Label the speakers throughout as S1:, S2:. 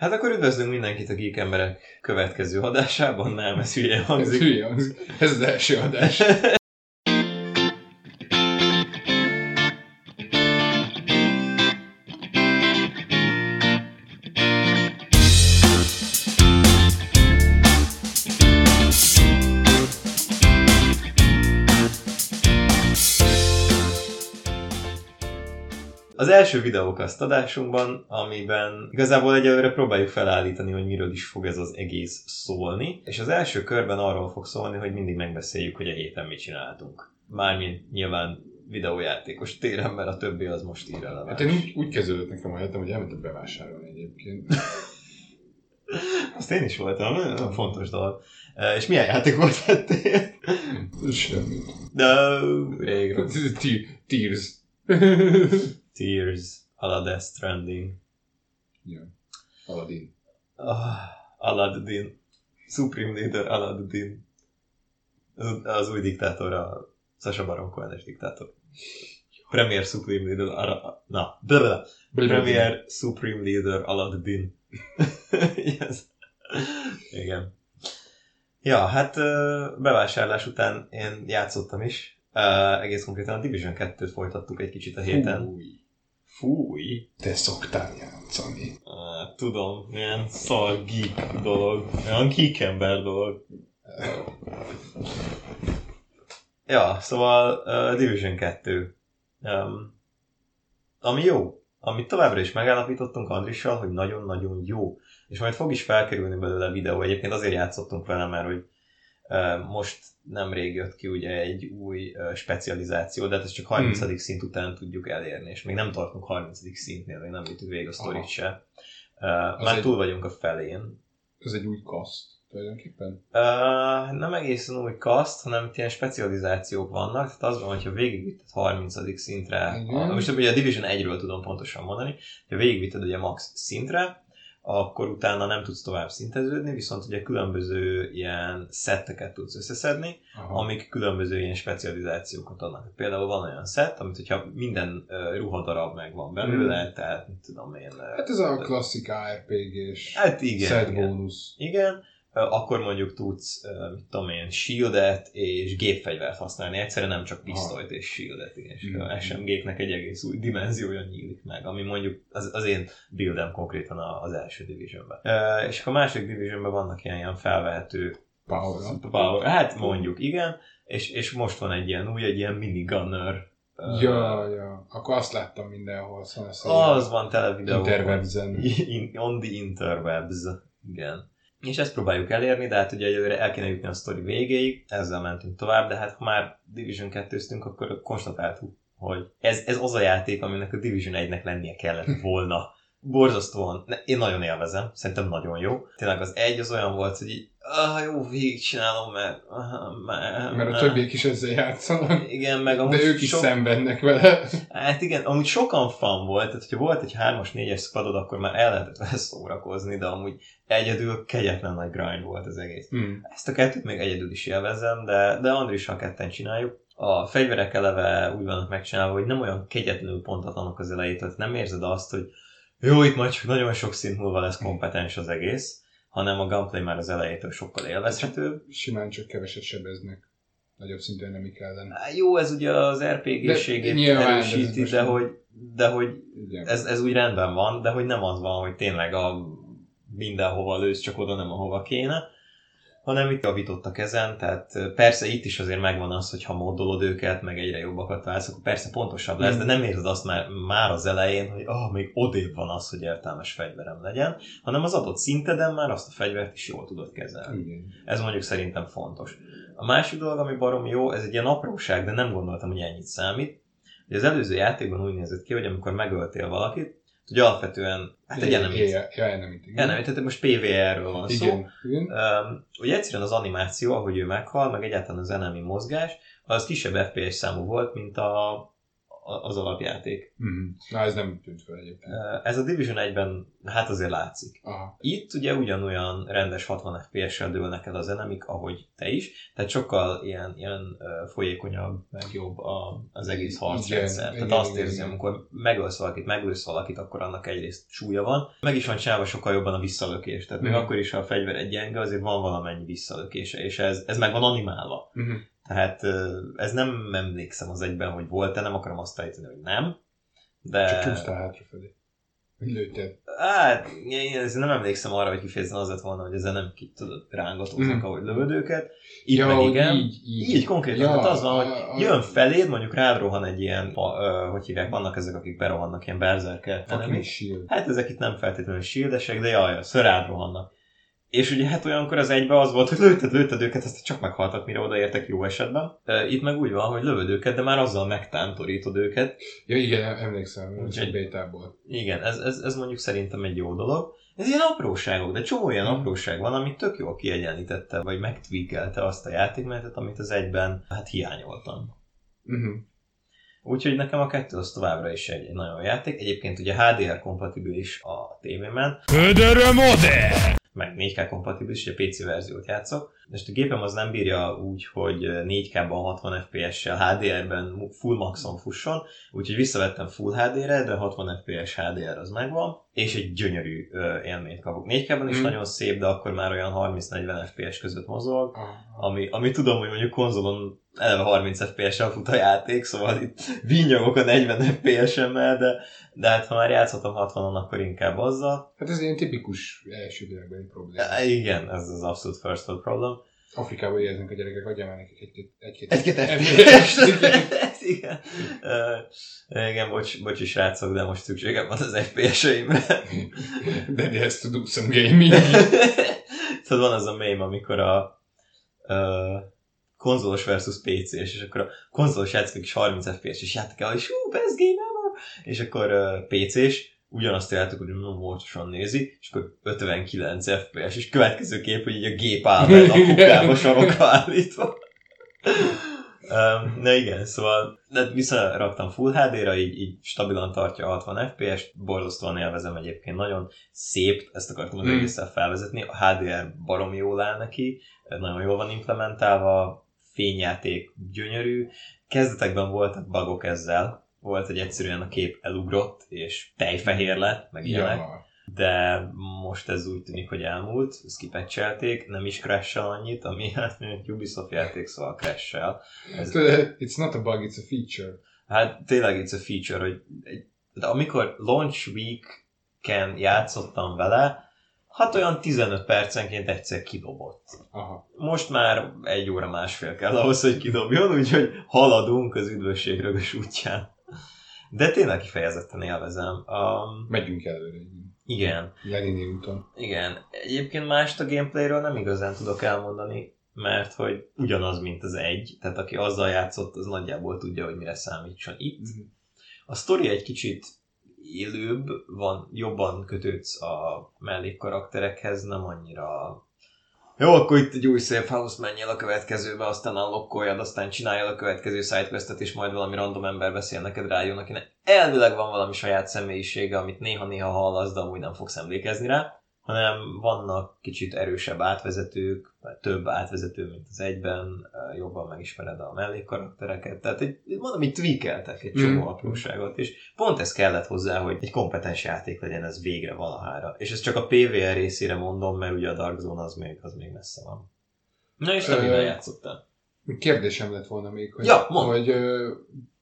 S1: Hát akkor üdvözlünk mindenkit a Geek Emberek következő adásában, nem, ez hülye
S2: Ez
S1: hangzik.
S2: hülye hangzik. Ez az első adás.
S1: Az első videókaszt adásunkban, amiben igazából egyelőre próbáljuk felállítani, hogy miről is fog ez az egész szólni, és az első körben arról fog szólni, hogy mindig megbeszéljük, hogy a héten mit csináltunk. Mármint nyilván videójátékos téren, mert a többi az most irreleváns.
S2: Hát én úgy, úgy kezdődött nekem a hetem, hogy elmentem bevásárolni egyébként.
S1: Azt én is voltam, nagyon fontos dolog. E, És milyen játékot tettél?
S2: Semmi.
S1: De rég rossz.
S2: Te- Tears.
S1: Tears, ala Death Stranding,
S2: ja. Aladdin.
S1: ah, Aladdin, Supreme Leader Aladdin. Az, az új diktátor, a Sasha Baron Cohen-es diktátor. Premier Supreme Leader, ara, na, blablabla. Premier Supreme Leader Aladdin. yes. Igen. Ja, hát ö, bevásárlás után én játszottam is. Ö, Egész konkrétan a Division 2-t folytattuk egy kicsit a héten.
S2: Fúj.
S1: Fúj!
S2: Te szoktál játszani.
S1: Á, Tudom, ilyen szar geek dolog. Olyan geek ember dolog. Ja, szóval uh, Division 2. Um, ami jó, amit továbbra is megállapítottunk Andrissal, hogy nagyon-nagyon jó. És majd fog is felkerülni belőle a videó. Egyébként azért játszottunk vele, mert hogy uh, most nemrég jött ki ugye egy új uh, specializáció, de hát ezt csak 30.
S2: Hmm.
S1: szint után tudjuk elérni, és még nem tartunk 30. szintnél, még nem jutunk végig a sztorit
S2: Aha.
S1: se. Uh, már
S2: egy-
S1: túl vagyunk a felén,
S2: Ez egy új kaszt tulajdonképpen.
S1: Uh, nem egészen új kaszt, hanem itt ilyen specializációk vannak, tehát az van, hogyha végigvitted 30. szintre,
S2: Igen.
S1: a, most ugye a Division 1-ről tudom pontosan mondani, ha végigvitted ugye max szintre, akkor utána nem tudsz tovább szinteződni, viszont ugye különböző ilyen szetteket tudsz összeszedni,
S2: Aha.
S1: amik különböző ilyen specializációkat adnak. Például van olyan szett, amit hogyha minden uh, ruhadarab megvan belőle, mm. tehát mit tudom én... ö,
S2: Hát ez a klasszik ARPG-s
S1: hát igen,
S2: set
S1: igen.
S2: bónusz.
S1: Igen, ö, akkor mondjuk tudsz, ö, mit tudom én, shieldet és gépfegyvert használni. Egyszerűen nem csak pisztolyt és shieldet, és
S2: Mhm.
S1: mm. SMG-knek egy egész új dimenziója nyílik meg, ami mondjuk az, az én buildem konkrétan a- az első divisionben. Ö, És akkor a második divisionben vannak ilyen, ilyen felvehető
S2: Power up.
S1: power, hát mondjuk igen, és, és most van egy ilyen új, egy ilyen minigunner. ö,
S2: Ja, ja. Akkor azt láttam mindenhol. Szóval ezt
S1: Az van tele videóban.
S2: Interwebzen.
S1: In, on the interwebs. Igen. És ezt próbáljuk elérni, de hát ugye egyelőre el kéne jutni a sztori végéig, ezzel mentünk tovább, de hát ha már Division 2-ztünk, akkor konstatáltuk, hogy ez, ez az a játék, aminek a Division 1-nek lennie kellett volna. Borzasztóan, ne- én nagyon élvezem, szerintem nagyon jó. Tényleg az egy az olyan volt, hogy így, ah, jó, végigcsinálom, mert... ah, Mert,
S2: Mert a többiek is ezzel játszanak.
S1: Igen, meg amúgy
S2: De ők is szenvednek vele.
S1: Hát igen, amúgy sokan fan volt, tehát hogyha volt egy 3-as, 4-es squadod, akkor már el lehetett vele szórakozni, de amúgy egyedül kegyetlen nagy grind volt az egész.
S2: Hmm.
S1: Ezt a kettőt még egyedül is élvezem, de, de Andrissal ketten csináljuk. A fegyverek eleve úgy vannak megcsinálva, hogy nem olyan kegyetlenül pontatlanok az elejét, tehát nem érzed azt, hogy jó, itt majd csak nagyon sok szint múlva lesz kompetens az egész, hanem a gameplay már az elejétől sokkal élvezhetőbb.
S2: Simán csak keveset sebeznek. Nagyobb szinten nem kellene.
S1: Á, Jó, ez ugye az RPG-ségét
S2: De nyilván, de ez
S1: erősíti,
S2: most
S1: de
S2: nem-
S1: hogy, de hogy
S2: Igen.
S1: ez, ez úgy rendben van, de hogy nem az van, hogy tényleg a mindenhova lősz, csak oda nem ahova kéne, hanem itt javítottak ezen, tehát ö, persze itt is azért megvan az, hogy ha moddolod őket, meg egyre jobbakat válsz, akkor persze pontosabb lesz, de nem érzed azt már, már az elején, hogy ah, még odébb van az, hogy értelmes fegyverem legyen, hanem az adott szinteden már azt a fegyvert is jól tudod kezelni.
S2: Igen.
S1: Ez mondjuk szerintem fontos. A másik dolog, ami barom jó, ez egy ilyen apróság, de nem gondoltam, hogy ennyit számít. Hogy az előző játékban úgy nézett ki, hogy amikor megöltél valakit, hogy alapvetően, hát egy enemit.
S2: Ja, ja, enemit, igen.
S1: Enemit, tehát most PVR-ről van szó.
S2: Igen. igen.
S1: Öm, ugye egyszerűen az animáció, ahogy ő meghal, meg egyáltalán az enemi mozgás, az kisebb FPS számú volt, mint a, a- az alapjáték.
S2: Mm. Na, ez nem tűnt fel egyébként.
S1: Ö, Ez a Division 1-ben hát azért látszik.
S2: Aha.
S1: Itt ugye ugyanolyan rendes 60 FPS-sel dőlnek el a zenemik, ahogy te is, tehát sokkal ilyen, ilyen ö, folyékonyabb, meg jobb a, az egész harcrendszer.
S2: Igen,
S1: Tehát
S2: igen,
S1: azt
S2: igen,
S1: érzem,
S2: igen.
S1: amikor megölsz valakit, meglősz valakit, akkor annak egyrészt súlya van, meg is van csinálva sokkal jobban a visszalökés, tehát még
S2: Mhm.
S1: akkor is, ha a fegyver egy gyenge, azért van valamennyi visszalökése, és ez, ez meg van animálva.
S2: Mm-hmm.
S1: Tehát ö, ez nem emlékszem az egyben, hogy volt-e, nem akarom azt állítani, hogy nem, de...
S2: Csak csúsztál hátrafelé. Lőtted.
S1: Hát, én, én azért nem emlékszem arra, hogy kifejezetten az lett volna, hogy ezen nem ki tudod rángatóznak,
S2: Mhm.
S1: ahogy lövöd őket. Így ja, meg
S2: hogy
S1: igen. Így,
S2: Így, így.
S1: így konkrétan, ja, hát az van, hogy
S2: a- a-
S1: jön feléd, mondjuk rád rohan egy ilyen, a, ö, hogy hívják, vannak ezek, akik berohannak, ilyen berzerkel.
S2: Fucking shield.
S1: Hát ezek itt nem feltétlenül shieldesek, de jaj, jaj, rád rohannak. És ugye hát olyankor az egybe az volt, hogy lőtted, lőtted őket, aztán csak meghaltak, mire odaértek jó esetben. Ö, Itt meg úgy van, hogy lövöd őket, de már azzal megtántorítod őket,
S2: Ja, igen, em- emlékszem, ez
S1: Úgyhogy-
S2: a bétából.
S1: Igen, ez, ez, ez mondjuk szerintem egy jó dolog. Ez ilyen apróságok, de csomó ilyen
S2: Mhm.
S1: apróság van, ami tök jól kiegyenlítette, vagy megtwiggelte azt a játékmenetet, amit az egyben hát hiányoltam.
S2: Uh-huh.
S1: Úgyhogy nekem a kettő az továbbra is egy, egy nagyon jó játék. Egyébként ugye HDR kompatibilis a tévémen,
S3: Ödöröm ode!
S1: meg 4K kompatibilis, ugye PC verziót játszok. Most a gépem az nem bírja úgy, hogy 4K-ban 60 FPS-sel, HDR-ben full maxon fusson, úgyhogy visszavettem full HDR-re, de 60 FPS HDR az megvan, és egy gyönyörű ö, élményt kapok. 4K-ban is
S2: Mm.
S1: nagyon szép, de akkor már olyan 30-40 FPS között mozog,
S2: Aha.
S1: ami, ami tudom, hogy mondjuk konzolon eleve 30 FPS-en fut a játék, szóval itt vinyogok a 40 FPS-emmel, de, de hát ha már játszhatom 60-on, akkor inkább azzal.
S2: Hát ez ilyen tipikus első világbeli probléma.
S1: Ja, Igen, ez az abszolút first world problem.
S2: Afrikában éreznek a gyerekek, adjál már nekik egy-két... Egy-két,
S1: Egy-két
S2: Igen.
S1: FPS-t. Igen. Ö, igen, bocs, bocsi srácok, de most szükségem van az FPS-eimre.
S2: Daddy has to do some gaming.
S1: Tudod, van az a mém, amikor a ö, konzolos versus PC-s, és akkor a konzolos játszik is 30 FPS, és játék el, és hú, best game ever! És akkor ö, PC-s, ugyanazt játszok, hogy nagyon mortosan nézi, és akkor 59 FPS, és következő kép, hogy így a gép áll benne, a kukába sarokra állítva. Öm, Na igen, szóval de visszaraktam Full HD-ra, így, így stabilan tartja 60 FPS-t, borzasztóan élvezem egyébként, nagyon szép, ezt akartam az
S2: Mm.
S1: egészen felvezetni, a HDR barom jól áll neki, nagyon jól van implementálva, fényjáték gyönyörű, kezdetekben voltak bugok ezzel, volt, hogy egyszerűen a kép elugrott, és tejfehér lett, meg ilyenek,
S2: Ja.
S1: de most ez úgy tűnik, hogy elmúlt, ezt kipecselték, nem is crash annyit, ami hát egy Ubisoft játék, szóval crash Ez,
S2: Tudod, Hát, It's not a bug, it's a feature.
S1: hát tényleg it's a feature, hogy egy, de amikor launch week-en játszottam vele, hát olyan 15 percenként egyszer kidobott.
S2: Aha.
S1: Most már egy óra másfél kell ahhoz, hogy kidobjon, úgyhogy haladunk az üdvösség rögös útján. De tényleg kifejezetten élvezem. Um,
S2: Megyünk előre. így.
S1: igen,
S2: Lenini úton.
S1: Igen, egyébként mást a gameplayről nem igazán tudok elmondani, mert hogy ugyanaz, mint az egy, tehát aki azzal játszott, az nagyjából tudja, hogy mire számítson itt. A sztori egy kicsit élőbb, van, jobban kötődsz a mellékkarakterekhez, nem annyira... Jó, akkor itt egy új szép house, menjél a következőbe, aztán unlockoljad, aztán csináljad a következő sidequestet, és majd valami random ember beszél neked rájön, akinek elvileg van valami saját személyisége, amit néha-néha hallasz, de amúgy nem fogsz emlékezni rá, hanem vannak kicsit erősebb átvezetők, vagy több átvezető, mint az egyben, eh, jobban megismered a mellékkaraktereket, tehát egy, mondom, így tweakeltek egy csomó
S2: Mhm.
S1: apróságot, és Pont ez kellett hozzá, hogy egy kompetens játék legyen ez végre valahára. És ezt csak a PVR részére mondom, mert ugye a Dark Zone az még, az még messze van. Na és te
S2: Ö,
S1: mivel játszottál?
S2: Kérdésem lett volna még, hogy,
S1: Ja, mondd.
S2: hogy ö,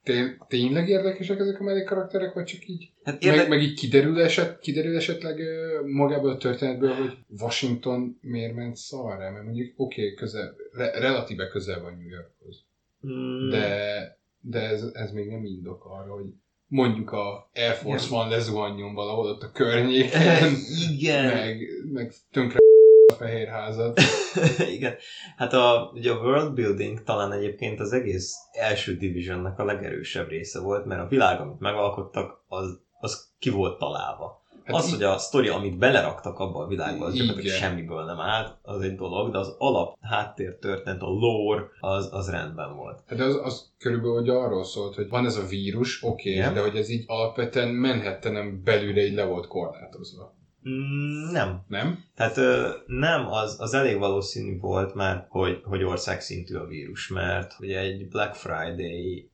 S2: té- tényleg érdekesek ezek a mellékkarakterek, vagy csak így?
S1: Hát
S2: Érde...
S1: érde...
S2: Meg, meg így kiderül, eset, kiderül esetleg ö, magából a történetből, hogy Washington miért ment szarra, mert mondjuk oké, okay, közel, re, relatíve közel van New Yorkhoz,
S1: Mm,
S2: de, de ez, ez még nem indok arra, hogy mondjuk a Air Force One lezuhanjon valahol ott a környéken,
S1: Igen,
S2: meg, meg tönkre a fehér házat.
S1: igen. Hát a, ugye a world building talán egyébként az egész első divisionnak a legerősebb része volt, mert a világ, amit megalkottak, az, az ki volt találva. Hát az, hogy a sztori, amit beleraktak abba a világba, az
S2: Igen.
S1: gyakorlatilag semmiből nem állt, az egy dolog, de az alap háttér történt, a lore, az, az rendben volt.
S2: Hát az, az körülbelül hogy arról szólt, hogy van ez a vírus, oké,
S1: Igen.
S2: okay, de hogy ez így alapvetően Manhattanen belülre így le volt korlátozva.
S1: Mm, nem.
S2: Nem?
S1: Tehát ö, nem, az, az elég valószínű volt már, hogy, hogy országszintű a vírus, mert hogy egy Black Friday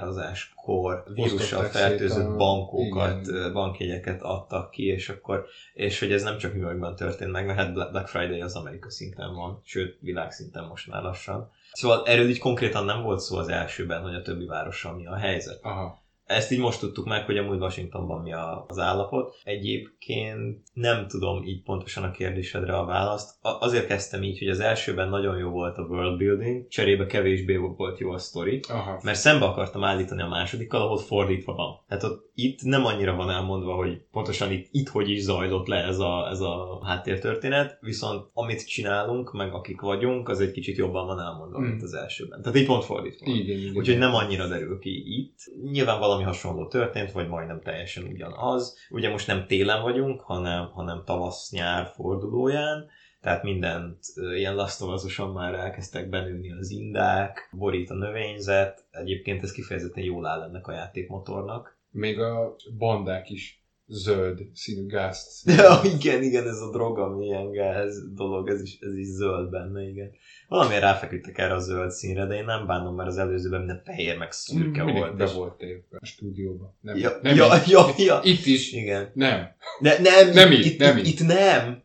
S1: leárazáskor vírussal
S2: Osztották szét
S1: fertőzött
S2: a-
S1: bankókat,
S2: igen.
S1: ö, bankjegyeket adtak ki, és akkor, és hogy ez nem csak New Yorkban történt meg, mert hát Bla- Black Friday az Amerika szinten van, sőt világszinten most már lassan. Szóval erről így konkrétan nem volt szó az elsőben, hogy a többi várossal mi a helyzet.
S2: Aha.
S1: Ezt így most tudtuk meg, hogy amúgy Washingtonban mi a- az állapot. Egyébként nem tudom így pontosan a kérdésedre a választ. A- azért kezdtem így, hogy az elsőben nagyon jó volt a world building, cserébe kevésbé volt jó a sztori,
S2: Aha.
S1: mert szembe akartam állítani a másodikkal, ahol fordítva van. Tehát ott itt nem annyira van elmondva, hogy pontosan itt, itt hogy is zajlott le ez a, ez a háttértörténet, viszont amit csinálunk, meg akik vagyunk, az egy kicsit jobban van elmondva,
S2: Mm.
S1: mint az elsőben. Tehát így pont fordítva.
S2: Igen, igen.
S1: Úgyhogy nem annyira derül ki itt. Nyilván valami hasonló történt, vagy majdnem teljesen ugyanaz. Ugye most nem télen vagyunk, hanem, hanem tavasz-nyár fordulóján, tehát mindent ö, ilyen lasztovazosan már elkezdtek benőni az indák, borít a növényzet. Egyébként ez kifejezetten jól áll ennek a játékmotornak.
S2: Még a bandák is zöld színű gázt.
S1: Ja, igen, igen, ez a drog, ami ilyen gáz dolog, ez is, ez is zöld benne, igen. Valamiért ráfeküdtek erre a zöld színre, de én nem bánom, mert az előzőben minden fehér meg szürke
S2: Mm, Mindig
S1: volt.
S2: Be
S1: és-
S2: volt téve a stúdióba. Nem.
S1: Ja,
S2: nem
S1: ja,
S2: itt.
S1: ja, ja,
S2: Itt is.
S1: Igen.
S2: Nem.
S1: Ne, nem,
S2: Nem
S1: itt,
S2: így,
S1: itt,
S2: nem
S1: itt,
S2: így.
S1: itt nem.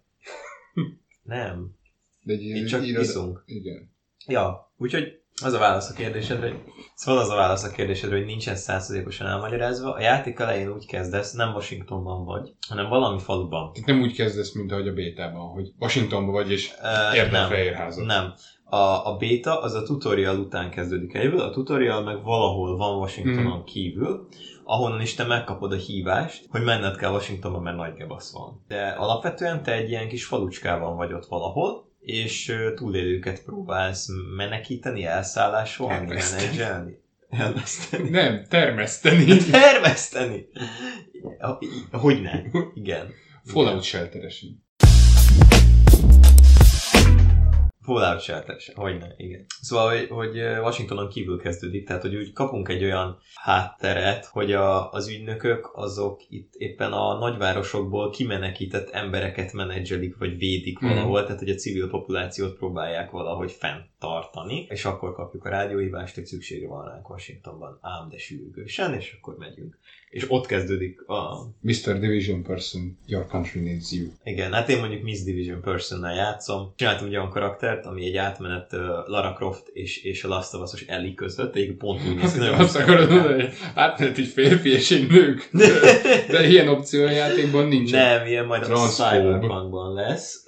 S1: Nem.
S2: De egy
S1: Itt csak
S2: iroda-
S1: iszunk.
S2: Igen.
S1: Ja, úgyhogy az a válasz a kérdésedre, hogy... Szóval az a válasz a kérdésedre, hogy nincsen százszerzékosan elmagyarázva. A játék elején úgy kezdesz, nem Washingtonban vagy, hanem valami faluban.
S2: Tehát nem úgy kezdesz, mint ahogy a bétában, hogy Washingtonban vagy, és
S1: Ö,
S2: érdem
S1: nem.
S2: fehérházat.
S1: Nem. A, a beta az a tutorial után kezdődik egyből, a tutorial meg valahol van Washingtonon mm. kívül, ahonnan is te megkapod a hívást, hogy menned kell Washingtonba, mert nagy gebasz van. De alapvetően te egy ilyen kis falucskában vagy ott valahol, és ö, túlélőket próbálsz menekíteni, elszállásolni,
S2: Elveszteni.
S1: menedzselni. Elveszteni.
S2: Nem, termeszteni.
S1: Termeszteni! Hogyne? Igen.
S2: Fallout shelteresen.
S1: Fallout Shelter sem, hogyne, igen. Szóval, hogy, hogy Washingtonon kívül kezdődik, tehát hogy úgy kapunk egy olyan hátteret, hogy a, az ügynökök azok itt éppen a nagyvárosokból kimenekített embereket menedzselik, vagy védik
S2: Mhm.
S1: valahol, tehát hogy a civil populációt próbálják valahogy fenntartani, és akkor kapjuk a rádióhívást, hogy szüksége van ránk Washingtonban, ám de sürgősen, és akkor megyünk. És ott kezdődik a
S2: Mr. Division Person, your country needs you.
S1: igen, hát én mondjuk Miss Division Personnel játszom. Csináltam egy olyan karaktert, ami egy átmenet uh, Lara Croft és, és a Last of Us-os Ellie között, egy pont úgy néz ki. nagyon
S2: Hát, Azt akarod
S1: vicces.
S2: mondani, hogy átmenet egy férfi és egy nők. De ilyen opció a játékban nincs.
S1: Nem, ilyen majd a
S2: Transphobe.
S1: Cyberpunkban lesz,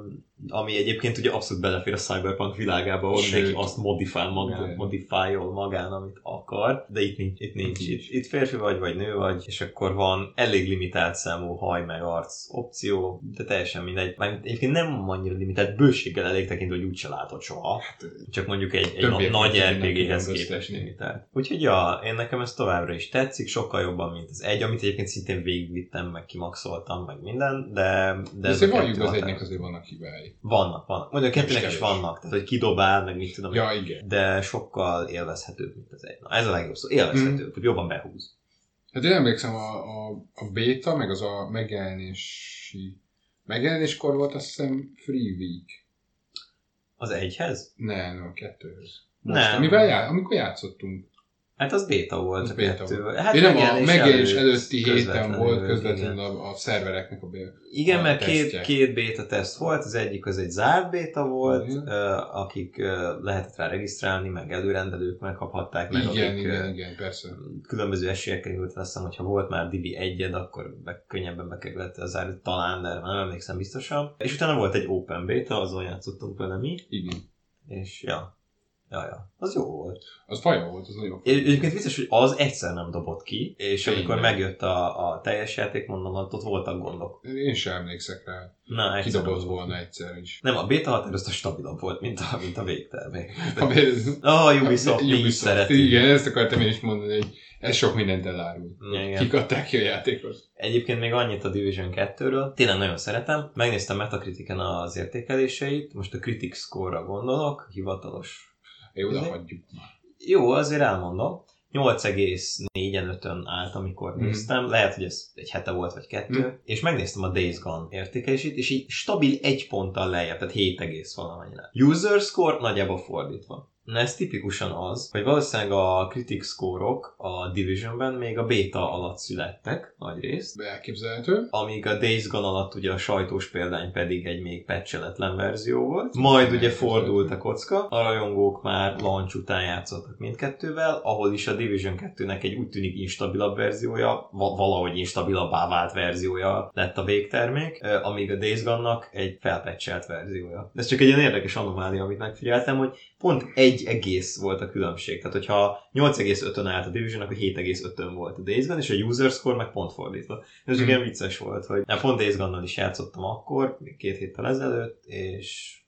S1: um, ami egyébként ugye abszolút belefér a Cyberpunk világába, ahol
S2: Sőt.
S1: mindenki azt modifál magán,
S2: Igen.
S1: modifiol magán, amit akar, de itt nincs, itt nincs. Itt, itt férfi vagy, vagy nő vagy, és akkor van elég limitált számú haj meg arc opció, de teljesen mindegy. Már egyébként nem annyira limitált, bőséggel elég tekintve, hogy úgyse látod soha. Csak mondjuk egy, egy
S2: Több
S1: na-
S2: értéket
S1: nagy
S2: Hát, nem
S1: RPG-hez
S2: különböztetni.
S1: képest limitált. Úgyhogy ja, én nekem ez továbbra is tetszik, sokkal jobban, mint az egy, amit egyébként szintén végigvittem, meg kimaxoltam, meg minden, de...
S2: De
S1: ez
S2: azért
S1: a kettő
S2: valljuk az
S1: határ-
S2: egynek azért vannak hibái.
S1: Vannak, vannak. Mondjuk a kettőnek is
S2: kevés.
S1: vannak, tehát hogy kidobál, meg mit tudom. én.
S2: Ja, igen.
S1: De sokkal élvezhetőbb, mint az egy. Na, ez a legjobb szó. Élvezhetőbb,
S2: Mhm.
S1: hogy jobban behúz.
S2: Hát én emlékszem, a, a, a beta, meg az a megjelenési... Megjelenéskor volt azt hiszem Free Week.
S1: Az egyhez?
S2: Ne, nem, a kettőhöz.
S1: Nem.
S2: Amivel já, amikor játszottunk.
S1: Hát az béta volt
S2: Az
S1: a
S2: béta
S1: kettő. Hát
S2: Hát Én nem a
S1: megjelenés
S2: megjelenés
S1: előtt,
S2: előtti héten
S1: közvetlenül,
S2: volt
S1: igen.
S2: közvetlenül a, a szervereknek a béta.
S1: Igen,
S2: a
S1: mert két,
S2: tesztje.
S1: két béta teszt volt, az egyik az egy zárt béta volt,
S2: Mhm.
S1: ö, akik ö, lehetett rá regisztrálni, meg előrendelők megkaphatták, meg
S2: Igen,
S1: akik eh, ö,
S2: igen, igen, persze.
S1: különböző esélyekkel indult, azt hiszem, hogyha volt már Divi egyed, akkor meg könnyebben bekerült az zárt, talán, de már nem emlékszem biztosan. És utána volt egy open beta, azon játszottunk vele mi,
S2: Igen.
S1: és ja, Ja, ja. Az jó volt.
S2: Az faja volt, az nagyon
S1: É- Egyébként biztos, hogy az egyszer nem dobott ki, és
S2: Tényleg.
S1: amikor megjött a, a teljes játék, mondom, ott, ott voltak gondok.
S2: Én sem emlékszek rá.
S1: Na, egyszer
S2: Kidobott
S1: nem dobott
S2: volna egyszer is.
S1: ki. Nem, a beta határozta stabilabb volt, mint a, mint a végtermék.
S2: Ami-
S1: Ah, a Ubisoft, mi is szereti.
S2: Igen, ezt akartam én is mondani, hogy ez sok mindent elárul.
S1: Igen.
S2: Kik adták ki a játékot.
S1: Egyébként még annyit a Division 2-ről, tényleg nagyon szeretem. Megnéztem Metacritiken az értékeléseit, most a Critic Score-ra gondolok, hivatalos.
S2: Jó, de
S1: Igen.
S2: hagyjuk.
S1: Jó, azért elmondom. 8,4-en 5-ön állt, amikor
S2: Mhm.
S1: néztem. Lehet, hogy ez egy hete volt, vagy kettő. És megnéztem a Days Gone értékelését, és így stabil egy ponttal lejjebb, tehát 7, egész valamennyire. User score nagyjából fordítva. Na ez tipikusan az, hogy valószínűleg a critic score-ok a Divisionben még a beta alatt születtek, nagy részt
S2: Elképzelhető.
S1: amíg a Days Gone alatt ugye a sajtós példány pedig egy még patcheletlen verzió volt. Majd ugye fordult a kocka, a rajongók már launch után játszottak mindkettővel, ahol is a Division 2-nek egy úgy tűnik instabilabb verziója, va- valahogy instabilabbá vált verziója lett a végtermék, ö, amíg a Days Gone-nak egy felpatchelt verziója. Ez csak egy ilyen érdekes anomália, amit megfigyeltem, hogy pont egy egész volt a különbség. Tehát, hogyha 8,5-ön állt a Division, akkor 7,5-ön volt a Days Gone, és a user score meg pont fordítva. Ez hmm.
S2: Mhm.
S1: igen vicces volt, hogy nem pont Days Gone-nal is játszottam akkor, még két héttel ezelőtt, és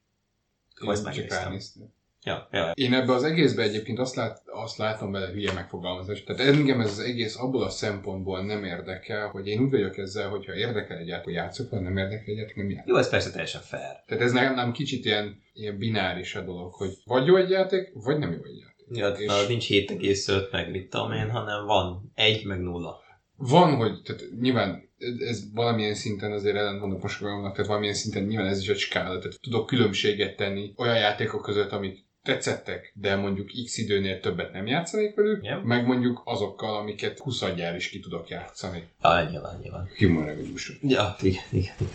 S1: akkor ezt
S2: Én csak
S1: megnéztem.
S2: ránéztem.
S1: Ja, ja.
S2: Én ebbe az egészbe egyébként azt, lát, azt látom vele hülye megfogalmazást. Tehát engem ez az egész abból a szempontból nem érdekel, hogy én úgy vagyok ezzel, hogyha érdekel egyet, akkor játszok, ha nem érdekel egyet, nem játszok.
S1: Jó, ez persze teljesen fair.
S2: Tehát ez nem, nem kicsit ilyen, ilyen bináris a dolog, hogy vagy jó egy játék, vagy nem jó egy játék.
S1: Ja,
S2: És-
S1: és... nincs 7,5 meg mit tudom én, hanem van 1 meg 0.
S2: Van, hogy tehát nyilván ez valamilyen szinten azért ellentmondok most magamnak, tehát valamilyen szinten nyilván ez is egy skála, tehát tudok különbséget tenni olyan játékok között, amik tetszettek, de mondjuk x időnél többet nem játszanék velük,
S1: Igen.
S2: meg mondjuk azokkal, amiket 20 adjára is ki tudok játszani.
S1: Ja, nyilván, nyilván.
S2: Human Revolution.
S1: Ja, igen, igen, igen.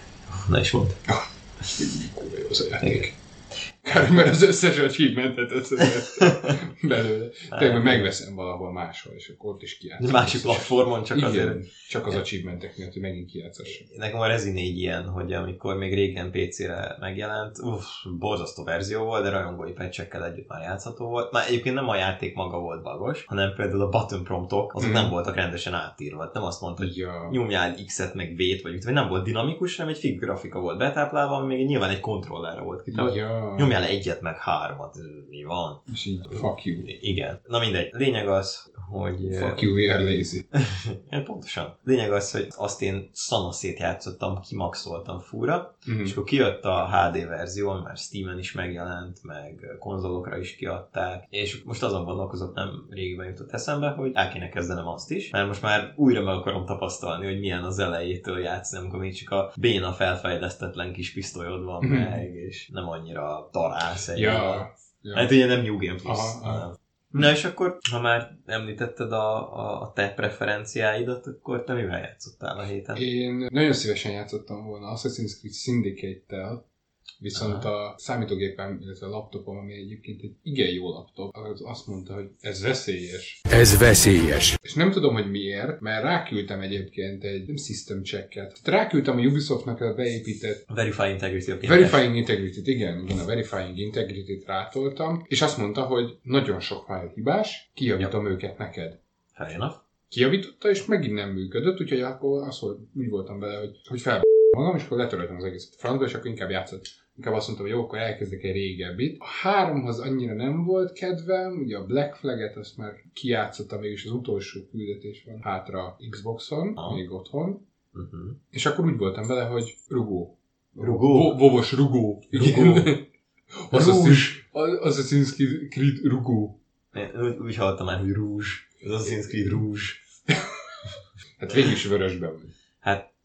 S1: Na is mondd.
S2: Kurva jó az a játék. Kár, mert az összes achievementet összevettem belőle. Tehát megveszem valahol máshol, és akkor ott is
S1: De
S2: kijátszom.
S1: másik platformon csak
S2: Igen,
S1: azért.
S2: csak az achievementek miatt, hogy megint kijátszassam.
S1: Nekem a Rezi 4 ilyen, hogy amikor még régen PC-re megjelent, uff, borzasztó verzió volt, de rajongói patchekkel együtt már játszható volt. Már egyébként nem a játék maga volt bagos, hanem például a button promptok, azok
S2: Mhm.
S1: nem voltak rendesen átírva. Hát Nem azt mondta, hogy
S2: Ja.
S1: nyomjál X-et, meg V-t, vagy mit, vagy nem volt dinamikus, hanem egy fig grafika volt betáplálva, ami még nyilván egy kontrollerre volt kitalálva.
S2: Ja.
S1: Nyomjál egyet, meg hármat, mi van?
S2: És így, fuck you.
S1: Igen. Na mindegy. Lényeg az, hogy...
S2: Fuck you, we are lazy.
S1: Hát Pontosan. Lényeg az, hogy azt én szanaszét játszottam, kimaxoltam fúra,
S2: Mm.
S1: és akkor kijött a HD verzió, ami már Steam-en is megjelent, meg konzolokra is kiadták, és most azon gondolkozok, nem régiben jutott eszembe, hogy el kéne kezdenem azt is, mert most már újra meg akarom tapasztalni, hogy milyen az elejétől játszani, amikor még csak a béna felfejlesztetlen kis pisztolyod van
S2: Mhm.
S1: meg, és nem annyira találsz egy
S2: Ja. ja.
S1: Hát ugye nem New Game Plus.
S2: Aha, aha.
S1: hanem- Na és akkor, ha már említetted a, a, a te preferenciáidat, akkor te mivel játszottál a héten?
S2: Én nagyon szívesen játszottam volna Assassin's Creed Syndicate-tel, viszont a számítógépem, illetve a laptopom, ami egyébként egy igen jó laptop, az azt mondta, hogy ez veszélyes.
S3: Ez veszélyes.
S2: És nem tudom, hogy miért, mert ráküldtem egyébként egy nem system checket. Tehát ráküldtem a Ubisoftnak a beépített
S1: Verify Integrity of
S2: Verifying Integrity-t, igen, igen, a Verifying Integrity-t rátoltam, és azt mondta, hogy nagyon sok fájl hibás, kijavítom őket neked.
S1: Fair enough.
S2: kijavította, és megint nem működött, úgyhogy akkor az volt, úgy voltam vele, hogy, hogy fel magam, és akkor letöröltem az egészet francba, és akkor inkább játszott. Inkább azt mondtam, hogy jó, akkor elkezdek egy régebbit. A háromhoz annyira nem volt kedvem, ugye a Black Flag-et azt már kijátszottam, mégis az utolsó küldetés van hátra Xboxon,
S1: Aha.
S2: még otthon.
S1: Uh-huh.
S2: És akkor úgy voltam vele, hogy rugó.
S1: Rugó?
S2: Vo- vovos rugó.
S1: Rugó.
S2: Igen. Assassin's- Assassin's Creed- Creed rugó.
S1: Én úgy, úgy hallottam már, hogy rúzs. Az Assassin's Creed rúzs.
S2: Hát végig is vörösbe vagy.
S1: Hát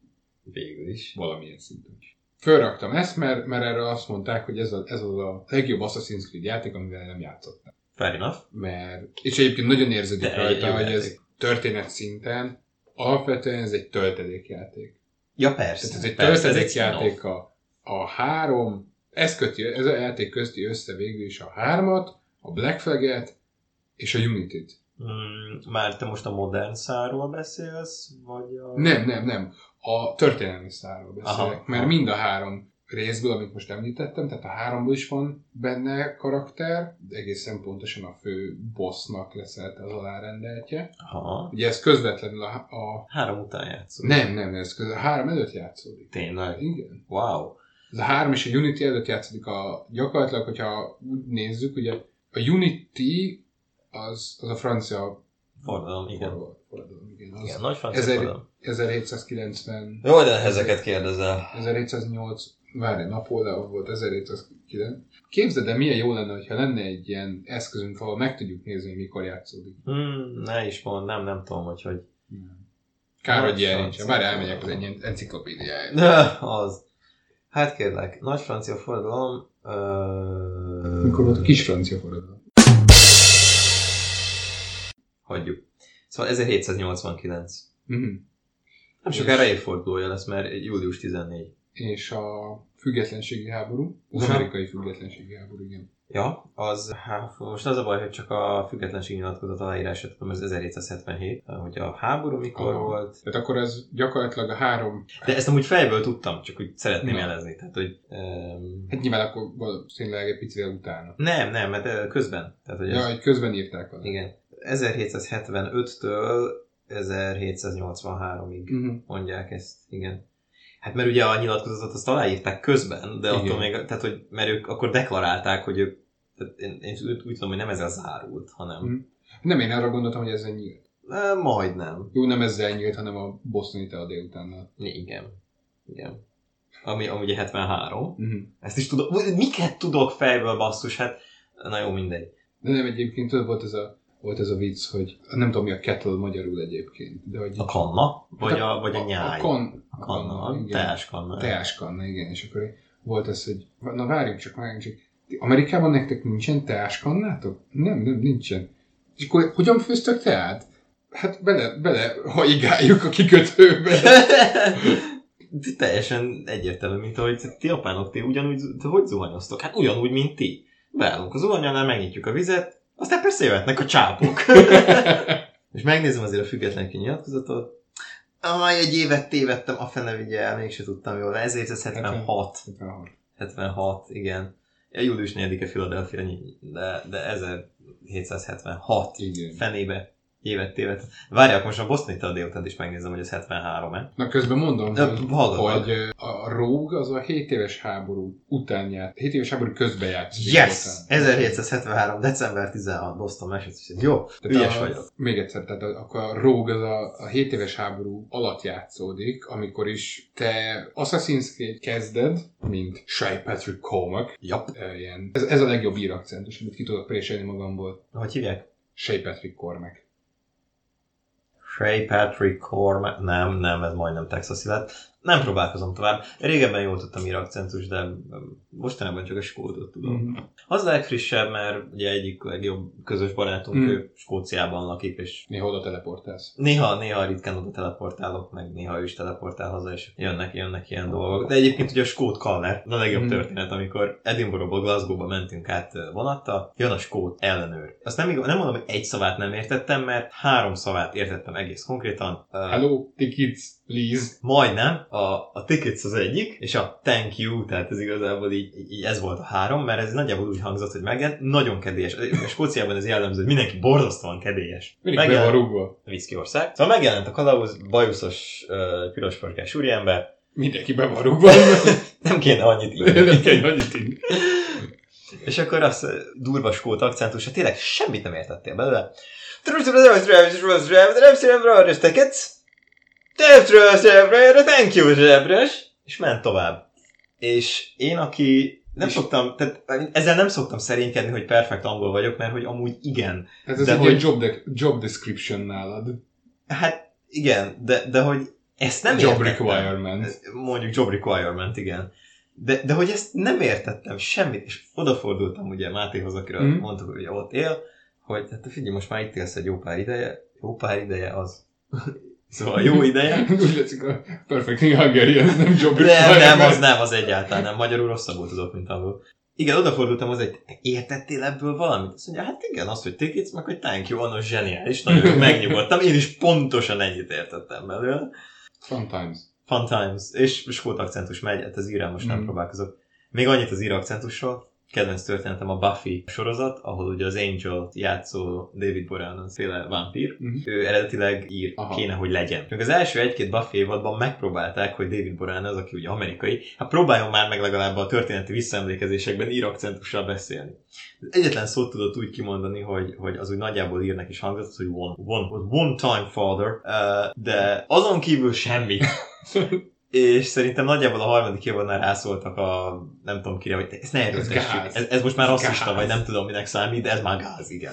S1: végül is.
S2: valamilyen szinten. Fölraktam ezt, mert, mert erre azt mondták, hogy ez, a, ez az a legjobb Assassin's Creed játék, amivel nem játszottam.
S1: Fair enough.
S2: Mert, és egyébként nagyon érződik
S1: De egy
S2: rajta,
S1: jó
S2: hogy ez
S1: játék.
S2: történet szinten alapvetően ez egy töltelékjáték.
S1: Ja, persze.
S2: Tehát ez egy
S1: persze, ez
S2: töltelékjáték a, a három, ez, köti, ez a játék közti össze végül is a hármat, a Black Flag-et és a Unity-t.
S1: Mm, már te most a modern száról beszélsz, vagy a...
S2: Nem, nem, nem. A történelmi szárról beszélek,
S1: Aha,
S2: mert
S1: aha.
S2: mind a három ö, részből, amit most említettem, tehát a háromból is van benne karakter, de egészen pontosan a fő bossnak leszelt az alárendeltje.
S1: Aha.
S2: Ugye ez közvetlenül a, a...
S1: Három után játszol.
S2: Nem, nem, ez közvetlenül a három előtt játszódik.
S1: Tényleg.
S2: Igen.
S1: Wow.
S2: Ez a 3 és a Unity előtt játszódik a gyakorlatilag, hogyha úgy nézzük, ugye a Unity az, az a francia
S1: Forradalom, igen.
S2: forradalom, forradalom igen.
S1: Igen,
S2: Az
S1: nagy francia
S2: Ezer-
S1: forradalom.
S2: 1790,
S1: Jó, de ezeket kérdezel.
S2: 1708, várj, Napóleon volt 1709. Képzeld el, milyen jó lenne, hogyha lenne egy ilyen eszközünk, ahol meg tudjuk nézni, hogy mikor játszódik.
S1: Hmm, ne is mond, nem, nem tudom, hogy hogy.
S2: Kár,
S1: Nagy
S2: hogy ilyen nincsen. Várj,
S1: francia.
S2: elmegyek az egy enciklopédiájára.
S1: Ne, az. Hát kérlek, nagy francia forradalom... Ö...
S2: Mikor volt a kis francia forradalom?
S1: Hagyjuk. Szóval 1789.
S2: Mhm.
S1: Nem sokára évfordulója lesz, mert július 14.
S2: És a függetlenségi háború, az
S1: Aha.
S2: amerikai függetlenségi háború, igen.
S1: Ja, az, hát most az a baj, hogy csak a függetlenség nyilatkozat aláírását tudom, ez 1777, hogy a háború mikor
S2: Aha.
S1: volt.
S2: Tehát akkor ez gyakorlatilag a három...
S1: De ezt amúgy fejből tudtam, csak úgy szeretném
S2: Na.
S1: jelezni. Tehát, hogy, um,
S2: Hát nyilván akkor valószínűleg egy picivel utána.
S1: nem, nem, mert eh, közben. Tehát, hogy
S2: Ja,
S1: ez,
S2: hogy közben írták alá.
S1: igen. 1775-től 1783-ig
S2: Uh-huh.
S1: mondják ezt, igen. Hát mert ugye a nyilatkozatot azt aláírták közben, de
S2: Igen.
S1: attól még, tehát hogy, mert ők akkor deklarálták, hogy ők, tehát én, én úgy, úgy tudom, hogy nem ezzel zárult, hanem
S2: Mhm. Nem, én arra gondoltam, hogy ezzel nyílt.
S1: e, majdnem.
S2: Jó, nem ezzel nyílt, hanem a bosszoni tea délutánnal.
S1: Igen. Igen. Ami, ami ugye 73.
S2: Uh-huh.
S1: Ezt is tudok, Ú, miket tudok fejből basszus, hát na jó, mindegy.
S2: De nem egyébként, tudod, volt ez a volt ez a vicc, hogy nem tudom mi a kettle magyarul egyébként, de hogy...
S1: A kanna, vagy
S2: Hát
S1: a, vagy a nyáj.
S2: A, kon, a
S1: kanna, a
S2: igen.
S1: teás kanna.
S2: teáskanna, igen, és akkor volt ez, hogy na várjunk csak, várjunk csak. Ti Amerikában nektek nincsen teáskannátok? Nem, nem, nincsen. És akkor hogyan főztök teát? Hát bele, bele haigáljuk a kikötőbe.
S1: Ti teljesen egyértelmű, mint ahogy ti japánok, ti ugyanúgy, te hogy zuhanyoztok? Hát ugyanúgy, mint ti. Beállunk az zuhanyanál, megnyitjuk a vizet, aztán persze jöhetnek a csápok. És megnézem azért a független kinyilatkozatot. Aj, egy évet tévedtem, a fene vigye el, mégse tudtam jól. Ezért ez 76. 76, igen. Ja, Július 4-e Philadelphia, nyi- de, de 1776
S2: igen.
S1: fenébe évet tévedt. Várják, most a Bosnitól délután is megnézem, hogy ez 73-e.
S2: Na közben mondom,
S1: De
S2: hogy,
S1: hallgatlak.
S2: hogy ö, a Rogue az a 7 éves háború után játszik, 7 éves háború közben játszik.
S1: Yes!
S2: Voltán.
S1: 1773. december 16. Boston, Massachusetts. Jó, ügyes
S2: a,
S1: vagyok.
S2: Még egyszer, tehát a- akkor a Rogue az a, a 7 éves háború alatt játszódik, amikor is te Assassin's Creed kezded, mint Shai Patrick Comac,
S1: Jap.
S2: eh, ilyen. Ez, ez a legjobb ír akcentus, amit ki tudok préselni magamból.
S1: Hogy hívják?
S2: Shai Patrick Cormac.
S1: Shay Patrick Cormac. Nem, nem, ez majdnem texasi lett. Nem próbálkozom tovább. Régebben jól tudtam ír akcentus, de mm, mostanában csak a skódot tudom.
S2: Mm.
S1: Az a legfrissebb, mert ugye egyik legjobb közös barátunk,
S2: Mm.
S1: ő Skóciában lakik, és
S2: Néha oda teleportálsz.
S1: néha, néha ritkán oda teleportálok, meg néha ő is teleportál haza, és jönnek, jönnek ilyen dolgok. De egyébként ugye a Skót Kaller, a legjobb
S2: Mm.
S1: történet, amikor Edinburghból Glasgowba mentünk át ö, vonattal, jön a Skót ellenőr. Azt nem, igaz, nem mondom, hogy egy szavát nem értettem, mert három szavát értettem egész konkrétan. Ö,
S2: Hello, tickets, please.
S1: Majdnem, a, a tickets az egyik, és a thank you, tehát ez igazából így, így- így ez volt a három, mert ez nagyjából úgy hangzott, hogy meg nagyon kedélyes. A Skóciában ez jellemző, hogy mindenki borzasztóan kedélyes.
S2: Mindig be van
S1: Megjelent
S2: rúgva.
S1: Viszki ország. Szóval megjelent a kalauz, bajuszos, uh, pirosforkás úriember.
S2: Mindenki be van rúgva.
S1: Nem kéne annyit
S2: Nem
S1: így.
S2: kell annyit inni.
S1: és akkor az ö, durva skót akcentusa, tényleg semmit nem értettél belőle. Thank you, zsebres! És ment tovább. És én, aki nem
S2: És-
S1: szoktam, tehát ezzel nem szoktam szerénykedni, hogy perfekt angol vagyok, mert hogy amúgy igen.
S2: Hát ez
S1: De
S2: egy
S1: hogy-
S2: ilyen job, de- job description nálad.
S1: Hát igen, de, de hogy ezt nem
S2: job
S1: értettem.
S2: requirement.
S1: mondjuk job requirement, igen. De, de hogy ezt nem értettem semmit, és odafordultam ugye Mátéhoz, akiről
S2: Mhm.
S1: mm. mondtuk, hogy ugye ott él, hogy hát figyelj, most már itt élsz egy jó pár ideje, jó pár ideje az. szóval jó ideje.
S2: Úgy látszik a Perfecting Hungary, ez nem jobb
S1: Nem, nem, az nem, az egyáltalán nem. Magyarul rosszabbul tudok, mint angol. Igen, odafordultam az egy, te értettél ebből valamit? Azt mondja, hát igen, azt, hogy tickets, meg hogy thank you, annos zseniális, nagyon megnyugodtam, én is pontosan ennyit értettem belőle.
S2: Sometimes.
S1: Fun times. És skót akcentus megy, hát az írán most nem
S2: Mm.
S1: próbálkozok. Még annyit az ír akcentusról. Kedvenc történetem a Buffy sorozat, ahol ugye az Angel-t játszó David Boreanaz féle vámpír.
S2: Mhm.
S1: Ő eredetileg ír
S2: Aha.
S1: kéne, hogy legyen. Csak az első egy-két Buffy évadban megpróbálták, hogy David Boreanaz, aki ugye amerikai, hát próbáljon már meg legalább a történeti visszaemlékezésekben ír akcentussal beszélni. Egyetlen szót tudott úgy kimondani, hogy, hogy az úgy nagyjából írnek is hangzott, hogy one, one, one time father, eh, de azon kívül semmi. És szerintem nagyjából a harmadik évadnál rászóltak a nem tudom kire, hogy ezt ne erőltessük.
S2: gáz.
S1: Ez, ez, most már
S2: Ez
S1: rasszista,
S2: gáz.
S1: vagy nem tudom minek számít, de ez már gáz, igen.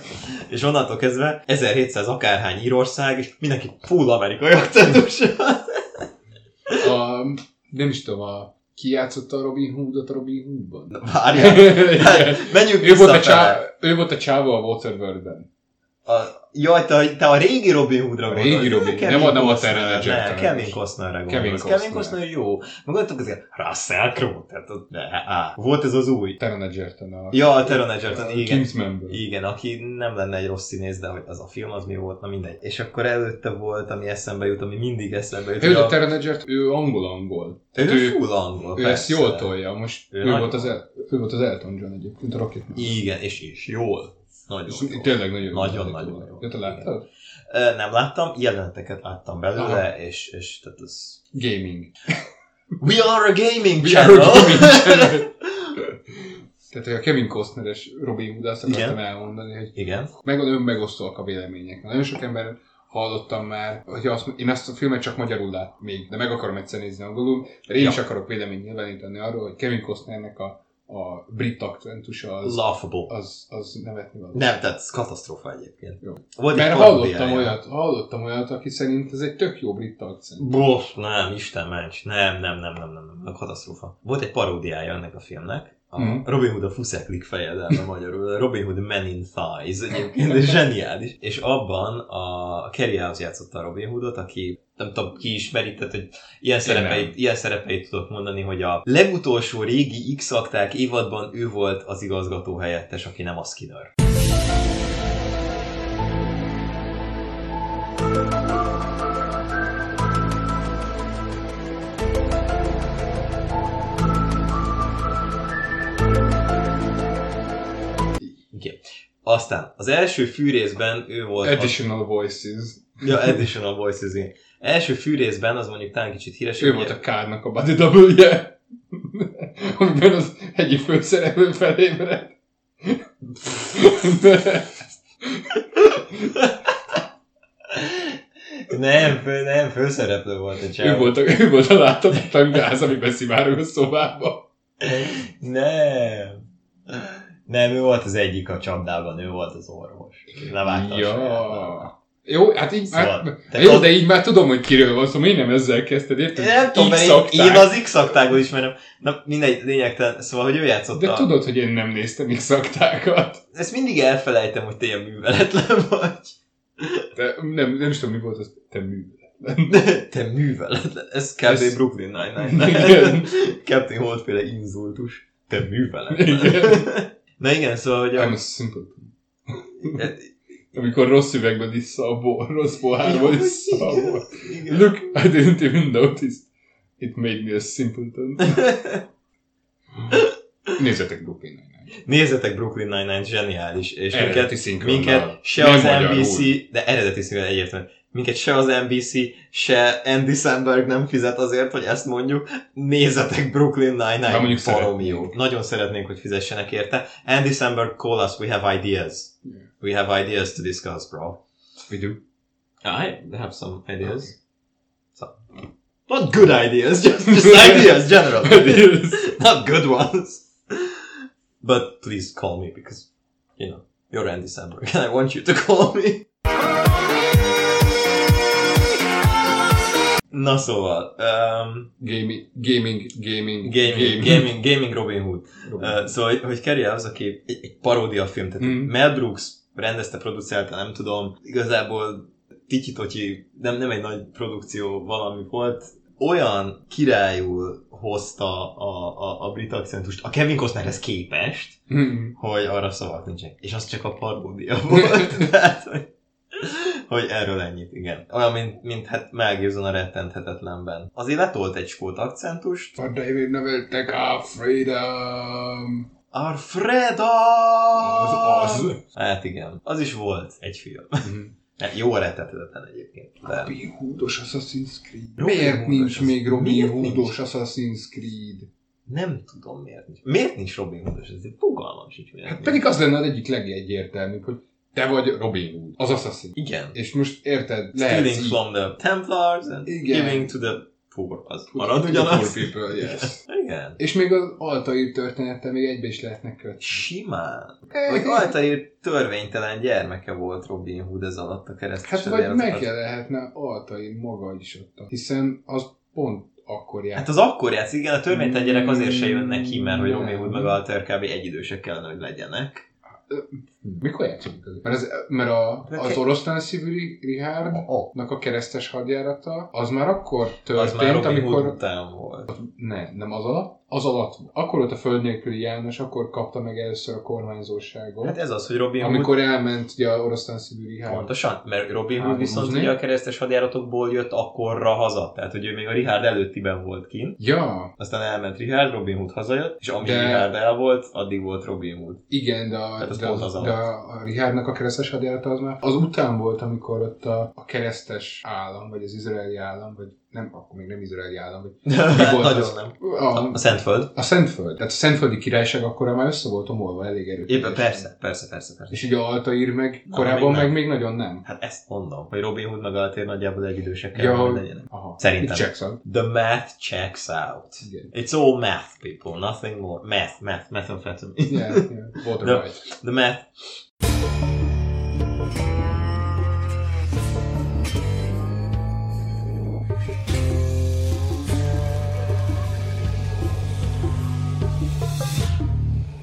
S1: És onnantól kezdve 1700 akárhány Írország, és mindenki full amerikai akcentus.
S2: A, nem is tudom, a, ki játszotta a Robin Hoodot a Robin Hoodban?
S1: Várjál, Hát, menjünk
S2: ő, volt a
S1: vissza.
S2: csá, ő volt a csáva a Waterworld-ben.
S1: Jaj, te, te a régi Robin Hoodra
S2: A
S1: gondolsz.
S2: régi Robin.
S1: Kevin
S2: Nem a- nem a
S1: Costner.
S2: Terrell
S1: Ne,
S2: Edgerton.
S1: Kevin Costnerre
S2: Kevin
S1: gondolsz.
S2: Costner.
S1: Kevin Costner jó. Megadtuk azért Russell Crowe, tehát ott- ne, á, volt ez az új.
S2: Taron Egerton a,
S1: Ja, a Taron Egerton,
S2: a
S1: igen.
S2: Kingsmanből.
S1: Igen, aki nem lenne egy rossz színész, de hogy az a film az mi volt, na mindegy. És akkor előtte volt, ami eszembe jut, ami mindig eszembe jut.
S2: Ő
S1: hogy
S2: a
S1: a-
S2: Taron Egerton, ő angol-angol.
S1: ő, ő
S2: ő-
S1: full angol,
S2: Ő ezt
S1: persze.
S2: jól tolja. Most
S1: Ő
S2: ő,
S1: nagyon-
S2: volt az, El- ő volt az Elton John egyébként, a Rocketman.
S1: Igen, és is jól. Nagyon
S2: És
S1: jól.
S2: Tényleg nagyon jó.
S1: Nagyon-nagyon jó.
S2: Ja, te láttad?
S1: Ö, Nem láttam, jeleneteket láttam belőle, és, és tehát az...
S2: Gaming.
S1: We are a gaming
S2: We
S1: channel!
S2: are a gaming channel. Tehát, hogy a Kevin Costneres Robin Hood, azt akartam
S1: Igen.
S2: elmondani, hogy
S1: Igen.
S2: meg ön megosztóak a vélemények. Nagyon sok ember hallottam már, hogy azt, én ezt a filmet csak magyarul lát még, de meg akarom egyszer nézni angolul, mert én
S1: Ja.
S2: ja. is akarok véleményt nyilvánítani arról, hogy Kevin Costnernek a, a brit akcentusa az,
S1: Laughable.
S2: az, az nevetni való.
S1: Nem, tehát ez katasztrófa egyébként.
S2: Jó.
S1: Volt egy
S2: Mert
S1: kolumbiája.
S2: hallottam olyat, hallottam olyat, aki szerint ez egy tök jó brit akcentus.
S1: Bof, nem, Isten ments, nem, nem, nem, nem, nem, nem, katasztrófa. Volt egy paródiája ennek a filmnek, a
S2: Mhm.
S1: Robin Hood a fuszeklik fejedelme magyarul, Robin Hood Men in Thighs egyébként, de zseniális. És abban a Kerry House játszotta a Robin Hoodot, aki nem tudom, ki ismeri, tehát, hogy ilyen szerepeit, ilyen szerepeit tudok mondani, hogy a legutolsó régi X-akták évadban ő volt az igazgató helyettes, aki nem a Skinner. Okay. Aztán az első fűrészben ő volt a-
S2: Additional Voices.
S1: Ja, additional voices in. Első fűrészben az mondjuk talán kicsit híres.
S2: Ő volt a kádnak a body double-je, amiben az egyik főszereplő felébredt.
S1: Nem, fő, nem, főszereplő volt a csávó.
S2: ő, volt a, ő volt a láthatatlan gáz, ami beszivárog a szobába.
S1: Nem. Nem, ő volt az egyik a csapdában, ő volt az orvos. Levágta a saját lábát.
S2: Ja. Jó, hát így már...
S1: Szóval, te
S2: jó,
S1: ott-
S2: de így már tudom, hogy kiről van szó, miért nem ezzel kezdted, érted?
S1: Nem tudom, mert
S2: X-akták.
S1: én, én az x ismerem. Na, mindegy, lényegtelen. Szóval, hogy ő játszotta.
S2: De tudod, hogy én nem néztem x aktákat.
S1: Ezt mindig elfelejtem, hogy te ilyen műveletlen vagy.
S2: De nem, nem is tudom, mi volt az te művel.
S1: Te műveletlen. Ez kb.
S2: Ez-
S1: Brooklyn Nine-Nine.
S2: Igen.
S1: Captain Holdféle inzultus. Te műveletlen.
S2: Igen.
S1: Na igen, szóval, hogy
S2: I'm a
S1: a...
S2: simpleton. Amikor rossz üvegből vissza a bor, rossz pohárból vissza a bor.
S1: Igen.
S2: Look, I didn't even notice. It made me a simpleton. Nézzetek Brooklyn Nine-Nine.
S1: Nézzetek Brooklyn Nine-Nine, zseniális. És minket,
S2: Eredeti szinkronnal.
S1: minket se
S2: Nem
S1: az
S2: magyarul.
S1: NBC, de eredeti színűen egyértelműen, minket se az NBC, se Andy Samberg nem fizet azért, hogy ezt mondjuk. Nézzetek Brooklyn Nine-Nine,
S2: Hát mondjuk
S1: baromi
S2: szeretnénk.
S1: jó. Nagyon szeretnénk, hogy fizessenek érte. Andy Samberg, call us, we have ideas.
S2: Yeah.
S1: We have ideas to discuss, bro.
S2: We do.
S1: I have some ideas. So. Not good ideas, just, just ideas, general.
S2: Ideas.
S1: Not good ones. But please call me because, you know, you're Andy Samberg and I want you to call me. Na szóval, um,
S2: Gaming, gaming, gaming,
S1: gaming, gaming, gaming Robin Hood.
S2: Robin.
S1: Uh, szóval, hogy- hogy Carrie Elves, aki egy, egy paródia film, tehát
S2: Mm.
S1: Mel Brooks rendezte, producálta, nem tudom, igazából Tityi nem, nem egy nagy produkció valami volt, olyan királyul hozta a, a, a brit accentust a Kevin Costnerhez képest,
S2: Mm.
S1: Ah. hogy arra szavak nincsenek. És az csak a paródia volt. Tehát, hogy, hogy erről ennyit, igen. Olyan, mint, mint hát Mel Gibson a rettenthetetlenben. Azért letolt egy skót akcentust.
S2: For David neveltek a freedom.
S1: Our Freda!
S2: Az az.
S1: Hát igen, az is volt egy film. Hát jó a rettenthetetlen egyébként. De...
S2: Robin Hoodos Assassin's Creed.
S1: Robin
S2: Miért
S1: Hoodos
S2: nincs
S1: Assassin's-
S2: még Robin
S1: Miért
S2: Hoodos Assassin's Creed?
S1: Nem tudom miért nincs. Miért nincs Robin Hoodos? Ez egy fogalmam sincs miért.
S2: Hát
S1: nincs.
S2: pedig az lenne az egyik legegyértelműbb, hogy te vagy Robin Hood, az assassin.
S1: Igen.
S2: És most érted,
S1: Stealing
S2: lehetsz így.
S1: from the Templars and
S2: Igen.
S1: giving to the poor. Az
S2: To
S1: marad
S2: the
S1: ugyanaz.
S2: poor people, yes.
S1: Igen.
S2: És még az Altair története még egybe is lehetnek kötni.
S1: Simán. Vagy Altair törvénytelen gyermeke volt Robin Hood ez alatt a keresztes
S2: Hát vagy
S1: eljáratok alatt.
S2: megjelenhetne Altair maga is ott, hiszen az pont akkor járt.
S1: Hát az akkor játsz, igen, a törvénytelen gyerek azért se jönnek ki, mert hogy
S2: Nem.
S1: Robin Hood meg Altair kb. egyidősek kellene, hogy legyenek.
S2: Mikor játszódik az? Mert, ez, mert a,
S1: De
S2: az
S1: Hát ke-
S2: oroszlán szívű Richardnak
S1: Oh,
S2: a keresztes hadjárata, az már akkor
S1: az már
S2: történt,
S1: Robin amikor... Hood
S2: amikor...
S1: után volt.
S2: Ne, nem az alatt. Az alatt. volt. Akkor volt a föld nélküli János, akkor kapta meg először a kormányzóságot.
S1: Hát ez az, hogy Robin Hood
S2: amikor elment ugye a oroszlán szívű Richard.
S1: Pontosan, mert Robin Hood
S2: Háborúzni.
S1: viszont ugye a keresztes hadjáratokból jött akkorra haza, tehát hogy ő még a Richard előttiben volt kint,
S2: Ja,
S1: aztán elment Richard, Robin Hood hazajött, és amíg
S2: De-
S1: Richard el volt, addig volt Robin Hood.
S2: igen, de a,
S1: Hát az
S2: de,
S1: pont
S2: az,
S1: az
S2: de a Richardnak a keresztes hadjárata az már az után volt, amikor ott a, a keresztes állam, vagy az izraeli állam, vagy nem, akkor még nem izraeli állam, vagy volt
S1: Hát Nagyon
S2: az?
S1: nem.
S2: a,
S1: A Szentföld.
S2: A Szentföld. Tehát a Szentföldi királyság akkor már össze volt omolva elég erőteljesen.
S1: Épp, persze, persze, persze, persze.
S2: És ugye Altair meg
S1: Na,
S2: korábban
S1: még nem.
S2: meg még nagyon nem.
S1: Hát ezt mondom, hogy Robin Hood meg Altair nagyjából egy idősek
S2: Ja,
S1: kell, hogy
S2: hogy-
S1: legyenek.
S2: Aha.
S1: Szerintem.
S2: Itt Jackson.
S1: The math checks out.
S2: Igen.
S1: It's all math, people. Nothing more. Math, math, methamphetamine.
S2: Yeah, yeah. Walter
S1: No.
S2: White.
S1: The math.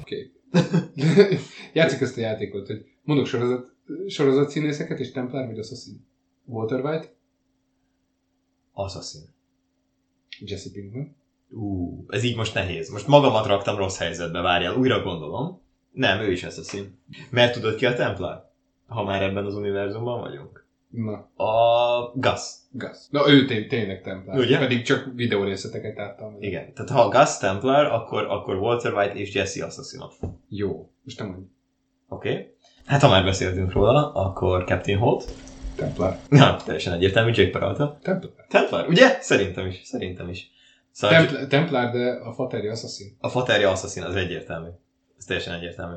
S2: Oké. Játszik ezt a játékot, hogy mondok sorozat, sorozat színészeket, és Templar vagy Assassin. Walter White,
S1: Assassin.
S2: Jesse Pinkman.
S1: Ú, ez így most nehéz. Most magamat raktam rossz helyzetbe, várjál, újra gondolom. Nem, ő is Assassin. Mert tudod ki a Templar? Ha már ebben az univerzumban vagyunk.
S2: Na,
S1: A Gus.
S2: Gus. Na, ő té- tényleg Templar.
S1: Ugye?
S2: Pedig csak videó részleteket láttam. vele.
S1: Igen. Tehát ha Gus Templar, akkor, akkor Walter White és Jesse Assassin. Oké?
S2: Jó. Most nem mondj.
S1: Okay? Hát ha már beszéltünk róla, akkor Captain Holt.
S2: Templar.
S1: Na, teljesen egyértelmű, Jake Peralta.
S2: Templar.
S1: Templar, ugye? Szerintem is, szerintem is. Szóval Templ-
S2: Templar, Templar de a faterja Assassin.
S1: a faterja Assassin az egyértelmű. Ez teljesen egyértelmű.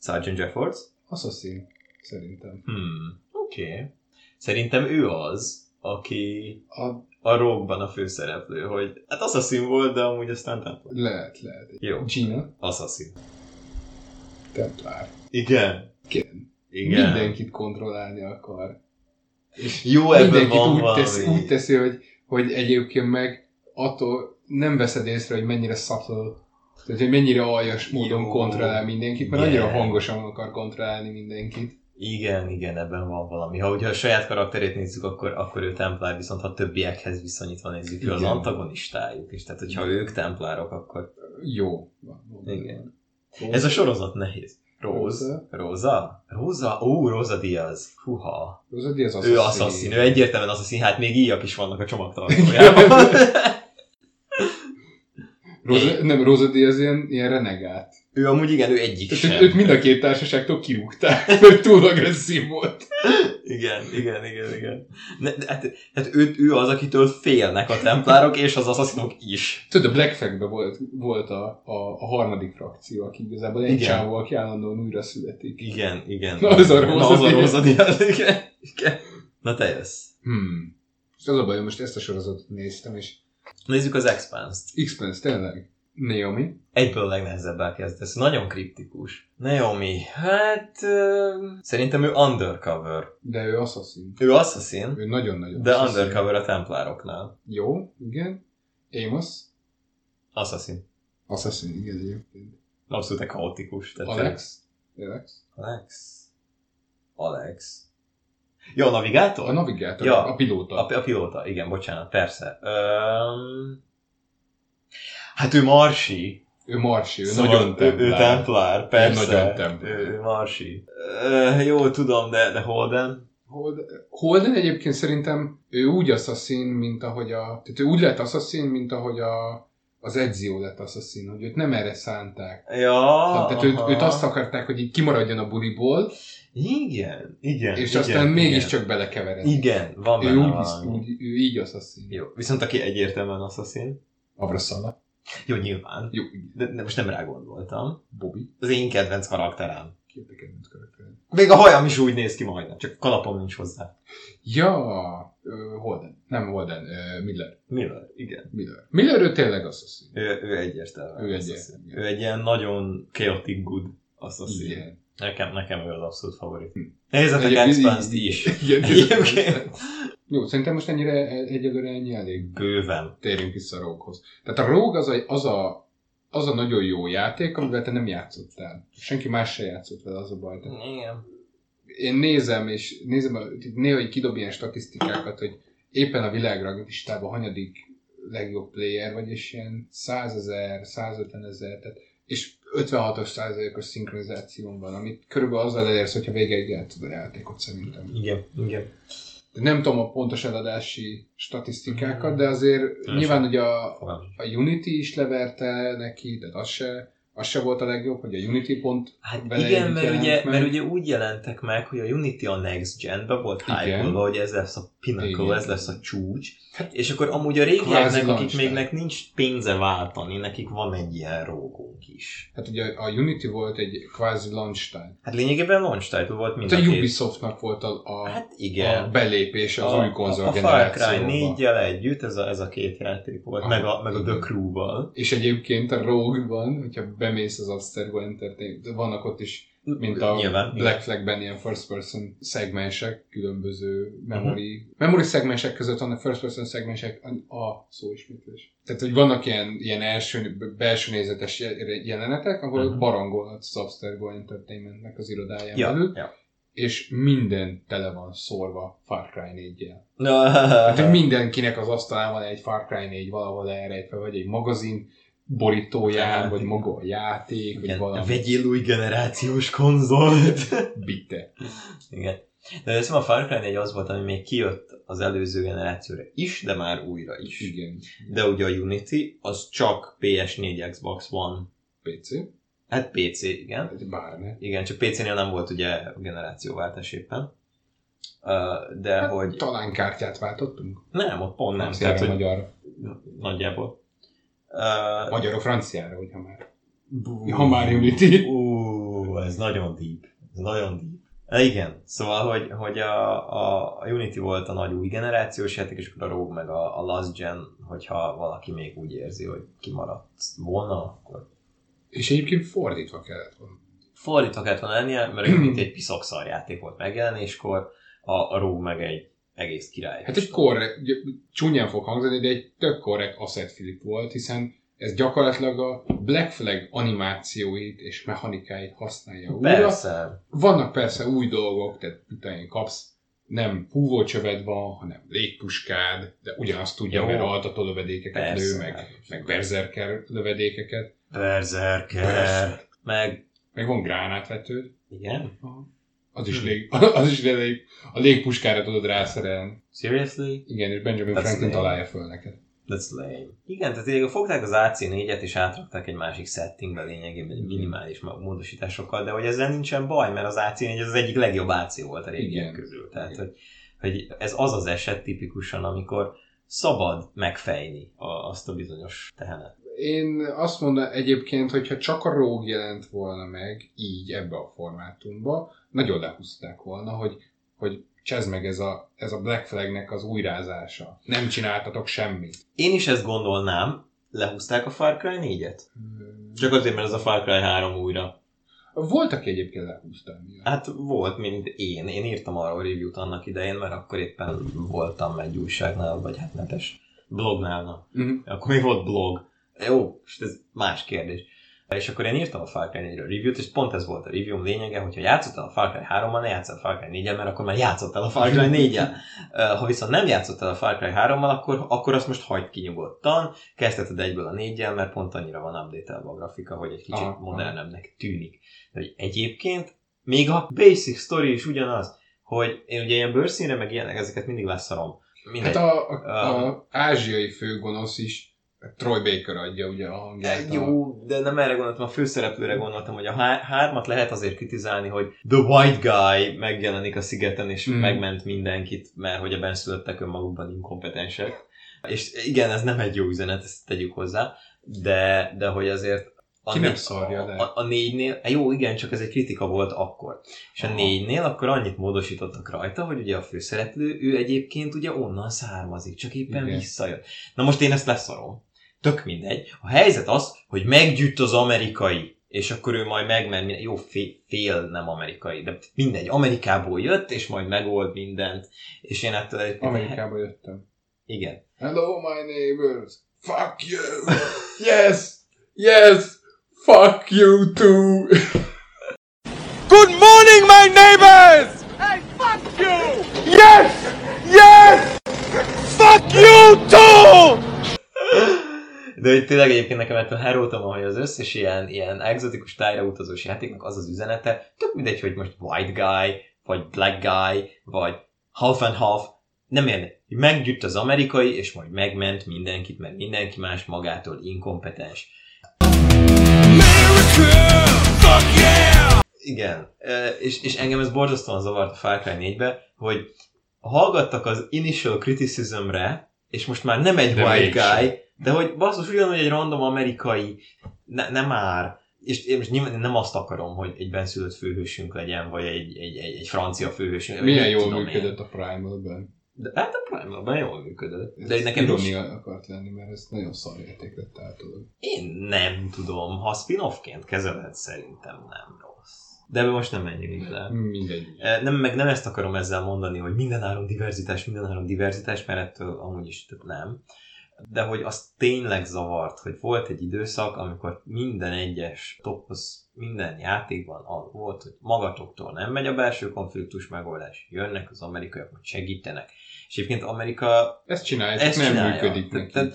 S1: Sergeant Jeffords.
S2: Assassin, szerintem.
S1: Hmm, oké. Okay. Szerintem ő az, aki
S2: A
S1: a rockban a főszereplő, hogy hát Assassin volt, de amúgy aztán Templar.
S2: Lehet, lehet.
S1: Jó,
S2: Gina,
S1: Assassin.
S2: Templár.
S1: Igen.
S2: Igen.
S1: Igen.
S2: Mindenkit kontrollálni akar.
S1: Jó, ebben
S2: Mindenkit
S1: van
S2: úgy,
S1: valami.
S2: tesz, úgy teszi, hogy, hogy egyébként meg attól nem veszed észre, hogy mennyire subtle, tehát hogy mennyire aljas módon
S1: Jó.
S2: kontrollál mindenkit, mert
S1: Igen.
S2: annyira hangosan akar kontrollálni mindenkit.
S1: Igen, igen, ebben van valami. Ha ugye a saját karakterét nézzük, akkor, akkor ő templár, viszont ha többiekhez viszonyítva nézzük, ő az
S2: Igen.
S1: antagonistájuk, és tehát hogyha ők templárok, akkor...
S2: Jó. Van, van, van.
S1: Igen. Ez a sorozat nehéz. Róz.
S2: Róza.
S1: Róza? Róza? Ó, Róza Diaz. Huha.
S2: Róza Diaz
S1: Ő
S2: assassin.
S1: asszaszín, ő egyértelműen asszaszín, hát még íjak is vannak a csomagtartójában.
S2: Róza, nem, Róza Diaz ilyen, ilyen renegát.
S1: ő amúgy igen, ő egyik
S2: Tehát őt- őt
S1: sem.
S2: mind a két társaságtól kirúgták, mert túl agresszív volt.
S1: Igen, igen, igen, igen. Ne, de, hát, hát ő, ő az, akitől félnek a templárok és az asszaszinok is.
S2: Tudod, a Black Flag-ben volt, volt a, a, a, harmadik frakció, aki igazából egy
S1: Igen.
S2: csávó, aki állandóan újra születik.
S1: Igen, igen.
S2: Na, az a
S1: Na, az a
S2: rózsadi.
S1: rózsadi, igen. igen. Na te jössz.
S2: Hmm. És az a baj, hogy most ezt a sorozatot néztem, és
S1: Nézzük az Expanse-t.
S2: X-Men tényleg. Naomi.
S1: Egyből a legnehezebbel kezdesz. Nagyon kriptikus. Naomi, hát... ö, szerintem ő undercover.
S2: De ő assassin.
S1: Ő assassin,
S2: Ő nagyon-nagyon
S1: de
S2: assassin.
S1: undercover a templároknál.
S2: Jó, igen. Amos.
S1: Assassin.
S2: Assassin, igen, egyébként.
S1: Abszolút egy kaotikus. Tehát
S2: Alex. Alex.
S1: Alex. Alex. Jó, a navigátor?
S2: A navigátor,
S1: Ja.
S2: a pilóta.
S1: A, a pilóta, igen, bocsánat, persze. Öm... Hát ő marsi.
S2: Ő marsi, ő
S1: Szóval
S2: nagyon templár.
S1: Ő, ő templár, persze.
S2: nagyon templár.
S1: Ő, ő marsi. Ö, jó, tudom, de, de Holden?
S2: Holden, Holden egyébként szerintem ő úgy assassin, mint ahogy a... Tehát ő úgy lett assassin, mint ahogy a, az Ezio lett assassin, hogy őt nem erre szánták.
S1: Ja,
S2: Ah, Tehát őt,
S1: aha.
S2: őt azt akarták, hogy így kimaradjon a buliból,
S1: Igen, igen.
S2: és
S1: igen,
S2: aztán
S1: igen.
S2: mégiscsak belekeveredik.
S1: Igen, van
S2: Ő,
S1: benne
S2: úgy,
S1: valami.
S2: úgy, ő így assassin.
S1: Jó, viszont aki egyértelműen assassin,
S2: Abraszala.
S1: jó, nyilván,
S2: Jó,
S1: de, de most nem rá gondoltam.
S2: Bobby.
S1: Az én kedvenc karakterem.
S2: Ki a te kedvenc karaktered?
S1: Még a hajam is úgy néz ki majdnem, csak kalapom nincs hozzá.
S2: Ja, ö, Holden. Nem Holden, ö, Miller.
S1: Miller, igen.
S2: Miller. Miller ő tényleg assassin.
S1: Ő, ő egyértelműen.
S2: Ő
S1: assassin.
S2: egyértelmű.
S1: Ő egy ilyen nagyon chaotic good assassin. Igen.
S2: Igen.
S1: Nekem, nekem ő az abszolút favorit. Nézzetek
S2: Egyébként
S1: Expanse-t
S2: így-
S1: is.
S2: Igen.
S1: Egyébként.
S2: Jó, szerintem most ennyire e, egyelőre ennyi elég.
S1: Bőven.
S2: Térjünk vissza a Rogue-hoz. Tehát a Rogue az a, az a az a nagyon jó játék, amivel te nem játszottál. Senki más se játszott vele, az a baj. Tehát
S1: Igen.
S2: én nézem, és nézem, a- itt néha így kidob ilyen statisztikákat, hogy éppen a világrangistában hanyadik legjobb player vagy, és ilyen 100 ezer, 150 ezer, tehát, és 56-os százalékos szinkronizáción van, amit körülbelül azzal elérsz, hogyha végig játszod a játékot szerintem.
S1: Igen, igen.
S2: Nem tudom a pontos eladási statisztikákat,
S1: Mhm.
S2: de azért
S1: sem.
S2: nyilván ugye a,
S1: Fogalmam sincs.
S2: a Unity is leverte neki, de az se, az se volt a legjobb, hogy a Unity pont
S1: Hát
S2: vele
S1: igen,
S2: együtt
S1: mert
S2: jelent
S1: ugye,
S2: meg.
S1: mert ugye úgy jelentek meg, hogy a Unity a Next Gen-be volt
S2: Igen.
S1: hype hogy ez lesz a pinnacle,
S2: Igen.
S1: ez lesz a csúcs,
S2: Hát,
S1: és akkor amúgy a
S2: kvázi
S1: régieknek, akik
S2: launch time.
S1: mégnek nincs pénze váltani, nekik van egy ilyen rógónk is.
S2: hát ugye a Unity volt egy kvázi launch time.
S1: Hát lényegében launch title volt mind
S2: Hát a
S1: két-
S2: Ubisoftnak volt a, a,
S1: Hát
S2: a
S1: igen.
S2: belépése az
S1: A-
S2: új konzol
S1: a, a Far Cry
S2: generációba.
S1: 4-jel együtt, ez a, ez a két játék volt,
S2: Aha.
S1: meg a, meg a The
S2: Igen.
S1: Crew-val.
S2: És egyébként a Rogue-ban, hogyha bemész az Abstergo Entertainment, vannak ott is, mint a
S1: Nyilván, igen.
S2: Black Flag-ben ilyen first person szegmensek, különböző
S1: Mhm.
S2: memory, memory szegmensek között vannak first person szegmensek, a, a szó ismétlés. Tehát, hogy vannak ilyen, ilyen első, belső nézetes je- jelenetek, ahol
S1: Mhm.
S2: uh-huh. barangolhatsz az Abstergo Entertainmentnek az irodáján ja.
S1: Ja,
S2: belül,
S1: ja.
S2: és minden tele van szórva Far Cry 4
S1: Na,
S2: Hát, hogy mindenkinek az asztalán van egy Far Cry 4 valahol elrejtve, vagy egy magazin borítóján,
S1: Hát,
S2: vagy
S1: igen.
S2: maga a játék, vagy
S1: igen,
S2: valami
S1: vegyél új generációs konzolt!
S2: bitte.
S1: Igen. De azt hiszem a Far Cry 4 az volt, ami még kijött az előző generációra is, de már újra is.
S2: Igen.
S1: De ugye a Unity, az csak PS4, Xbox One,
S2: PC,
S1: hát PC, igen.
S2: hát bárne.
S1: Igen, csak PC-nél nem volt ugye a generációváltás éppen. Ö, De
S2: Hát,
S1: hogy...
S2: Talán kártyát váltottunk?
S1: Nem, ott pont nem.
S2: Franciára,
S1: Tehát, hogy
S2: magyarra.
S1: nagyjából. Ö,
S2: Magyarra, franciára, hogyha már.
S1: Bú.
S2: Ha már Unity.
S1: Ú, ez nagyon deep. Ez nagyon deep. E, Igen, szóval, hogy, hogy a, a, a Unity volt a nagy új generációs játék, és akkor a Rogue meg a, a Last Gen, hogyha valaki még úgy érzi, hogy kimaradt volna, akkor
S2: És egyébként fordítva kellett volna.
S1: fordítva kellett volna lennie, mert a Unity egy piszakszar játék volt megjelenéskor, a, a Rogue meg egy egész király.
S2: Hát egy korrekt, ugye, csúnyán fog hangzani, de egy tök korrekt asset Philip volt, hiszen ez gyakorlatilag a Black Flag animációit és mechanikáit használja újra,
S1: Persze.
S2: Vannak persze új dolgok, tehát utána kapsz, nem húvócsöved van, hanem légpuskád, de ugyanazt tudja,
S1: Jó.
S2: mert altató lövedékeket
S1: Persze.
S2: lő, meg, meg berzerker lövedékeket,
S1: Berserker.
S2: Berserk.
S1: Meg...
S2: meg van gránátvetőd,
S1: Igen?
S2: az is,
S1: Hmm.
S2: lég, az is lég, a légpuskára tudod rászerelni.
S1: Seriously?
S2: Igen, és Benjamin
S1: That's
S2: Franklin
S1: lame.
S2: találja föl neked.
S1: That's lame. Igen, tehát lényegében fogták az AC4-et és átrakták egy másik settingbe lényegében egy minimális ma- módosításokkal, de hogy ezzel nincsen baj, mert az AC4 az, az egyik legjobb AC volt a régiek
S2: Igen.
S1: közül. Tehát,
S2: Igen.
S1: hogy, hogy ez az az eset tipikusan, amikor szabad megfejni a, azt a bizonyos tehenet.
S2: Én azt mondom egyébként, hogyha csak a Rogue jelent volna meg így ebbe a formátumba, nagyon lehúzták volna, hogy, hogy csezd meg ez a, ez a Black Flagnek az újrázása. Nem csináltatok semmit.
S1: Én is ezt gondolnám, lehúzták a Far Cry 4-et? Csak azért, mert ez a Far Cry 3 újra.
S2: Volt, aki egyébként lehúzta miatt.
S1: Hát volt, mint én. Én írtam arról review-t annak idején, mert akkor éppen voltam egy újságnál, vagy hát netes blognál, na.
S2: Mhm.
S1: Akkor még volt blog. Jó, és ez más kérdés. És akkor én írtam a Far Cry 4 review-t, és pont ez volt a review lényege, hogyha játszottál a Far Cry 3-mal, ne játszol a Far Cry 4 mert akkor már játszottál a Far Cry 4 Ha viszont nem játszottál a Far Cry 3-mal, akkor, akkor azt most hagyd ki nyugodtan, kezdheted egyből a 4 mert pont annyira van update a grafika, hogy egy kicsit
S2: Aha.
S1: modernebbnek tűnik. De hogy egyébként még a basic story is ugyanaz, hogy én ugye ilyen bőrszínre, meg ilyenek, ezeket mindig leszarom. Mindegy.
S2: Hát a, a, a, ázsiai főgonosz is Troy Baker adja ugye a hangját.
S1: Hát jó, de nem erre gondoltam, a főszereplőre gondoltam, hogy a há- hármat lehet azért kritizálni, hogy The White Guy megjelenik a szigeten, és
S2: Mm.
S1: mm. megment mindenkit, mert hogy a benszülöttek önmagukban inkompetensek. És igen, ez nem egy jó üzenet, ezt tegyük hozzá, de, de hogy azért a,
S2: Ki nem
S1: né-
S2: szarja le.
S1: a, a négynél, jó, igen, csak ez egy kritika volt akkor. És a
S2: Aha.
S1: négynél akkor annyit módosítottak rajta, hogy ugye a főszereplő, ő egyébként ugye onnan származik, csak éppen
S2: Igen.
S1: igen. visszajött. Na most én ezt leszarom. Tök mindegy. A helyzet az, hogy meggyűjt az amerikai, és akkor ő majd megmen, minden- jó, fél, fél nem amerikai, de mindegy, Amerikából jött, és majd megold mindent, és én ettől egyébként-
S2: Amerikába jöttem.
S1: Igen.
S2: Hello my neighbors. Fuck you. Yes. Yes. Fuck you too.
S3: Good morning, my neighbors! Hey, fuck you! Yes! Yes! Fuck you too!
S1: De hogy tényleg egyébként nekem ettől heróta van, hogy az összes ilyen, ilyen egzotikus tájra utazós játéknak az az üzenete, tök mindegy, hogy most white guy, vagy black guy, vagy half and half, nem érdekel. Meggyűjt az amerikai, és majd megment mindenkit, mert mindenki más magától inkompetens. Igen, e, és, és engem ez borzasztóan zavart a Far Cry 4-be, hogy hallgattak az initial criticismre, és most már nem egy
S2: De
S1: de white
S2: mégsem.
S1: guy, de hogy basszus, ugyanúgy egy random amerikai, ne, nem már. És én most nyilván nem azt akarom, hogy egy benszülött főhősünk legyen, vagy egy, egy, egy, egy francia főhősünk. vagy
S2: Milyen
S1: mit
S2: jól
S1: tudom én.
S2: működött a Primal-ben.
S1: De, hát a Primal-ban jól működött.
S2: Ez
S1: De nekem is,
S2: ironia akart lenni, mert ez nagyon szar játék lett általában.
S1: én nem tudom, ha spin-offként kezeled, szerintem nem rossz. De ebbe most nem menjünk bele.
S2: Mindegy.
S1: E, Nem, meg nem ezt akarom ezzel mondani, hogy mindenáron diverzitás, mindenáron diverzitás, mert ettől amúgy is több nem. De hogy az tényleg zavart, hogy volt egy időszak, amikor minden egyes tophoz, minden játékban az volt, hogy magatoktól nem megy a belső konfliktus megoldás, jönnek az amerikaiak, hogy segítenek. És egyébként Amerika
S2: Ezt csinálja,
S1: ezt
S2: csak nem
S1: csinálja.
S2: működik
S1: Te-
S2: neki.
S1: te-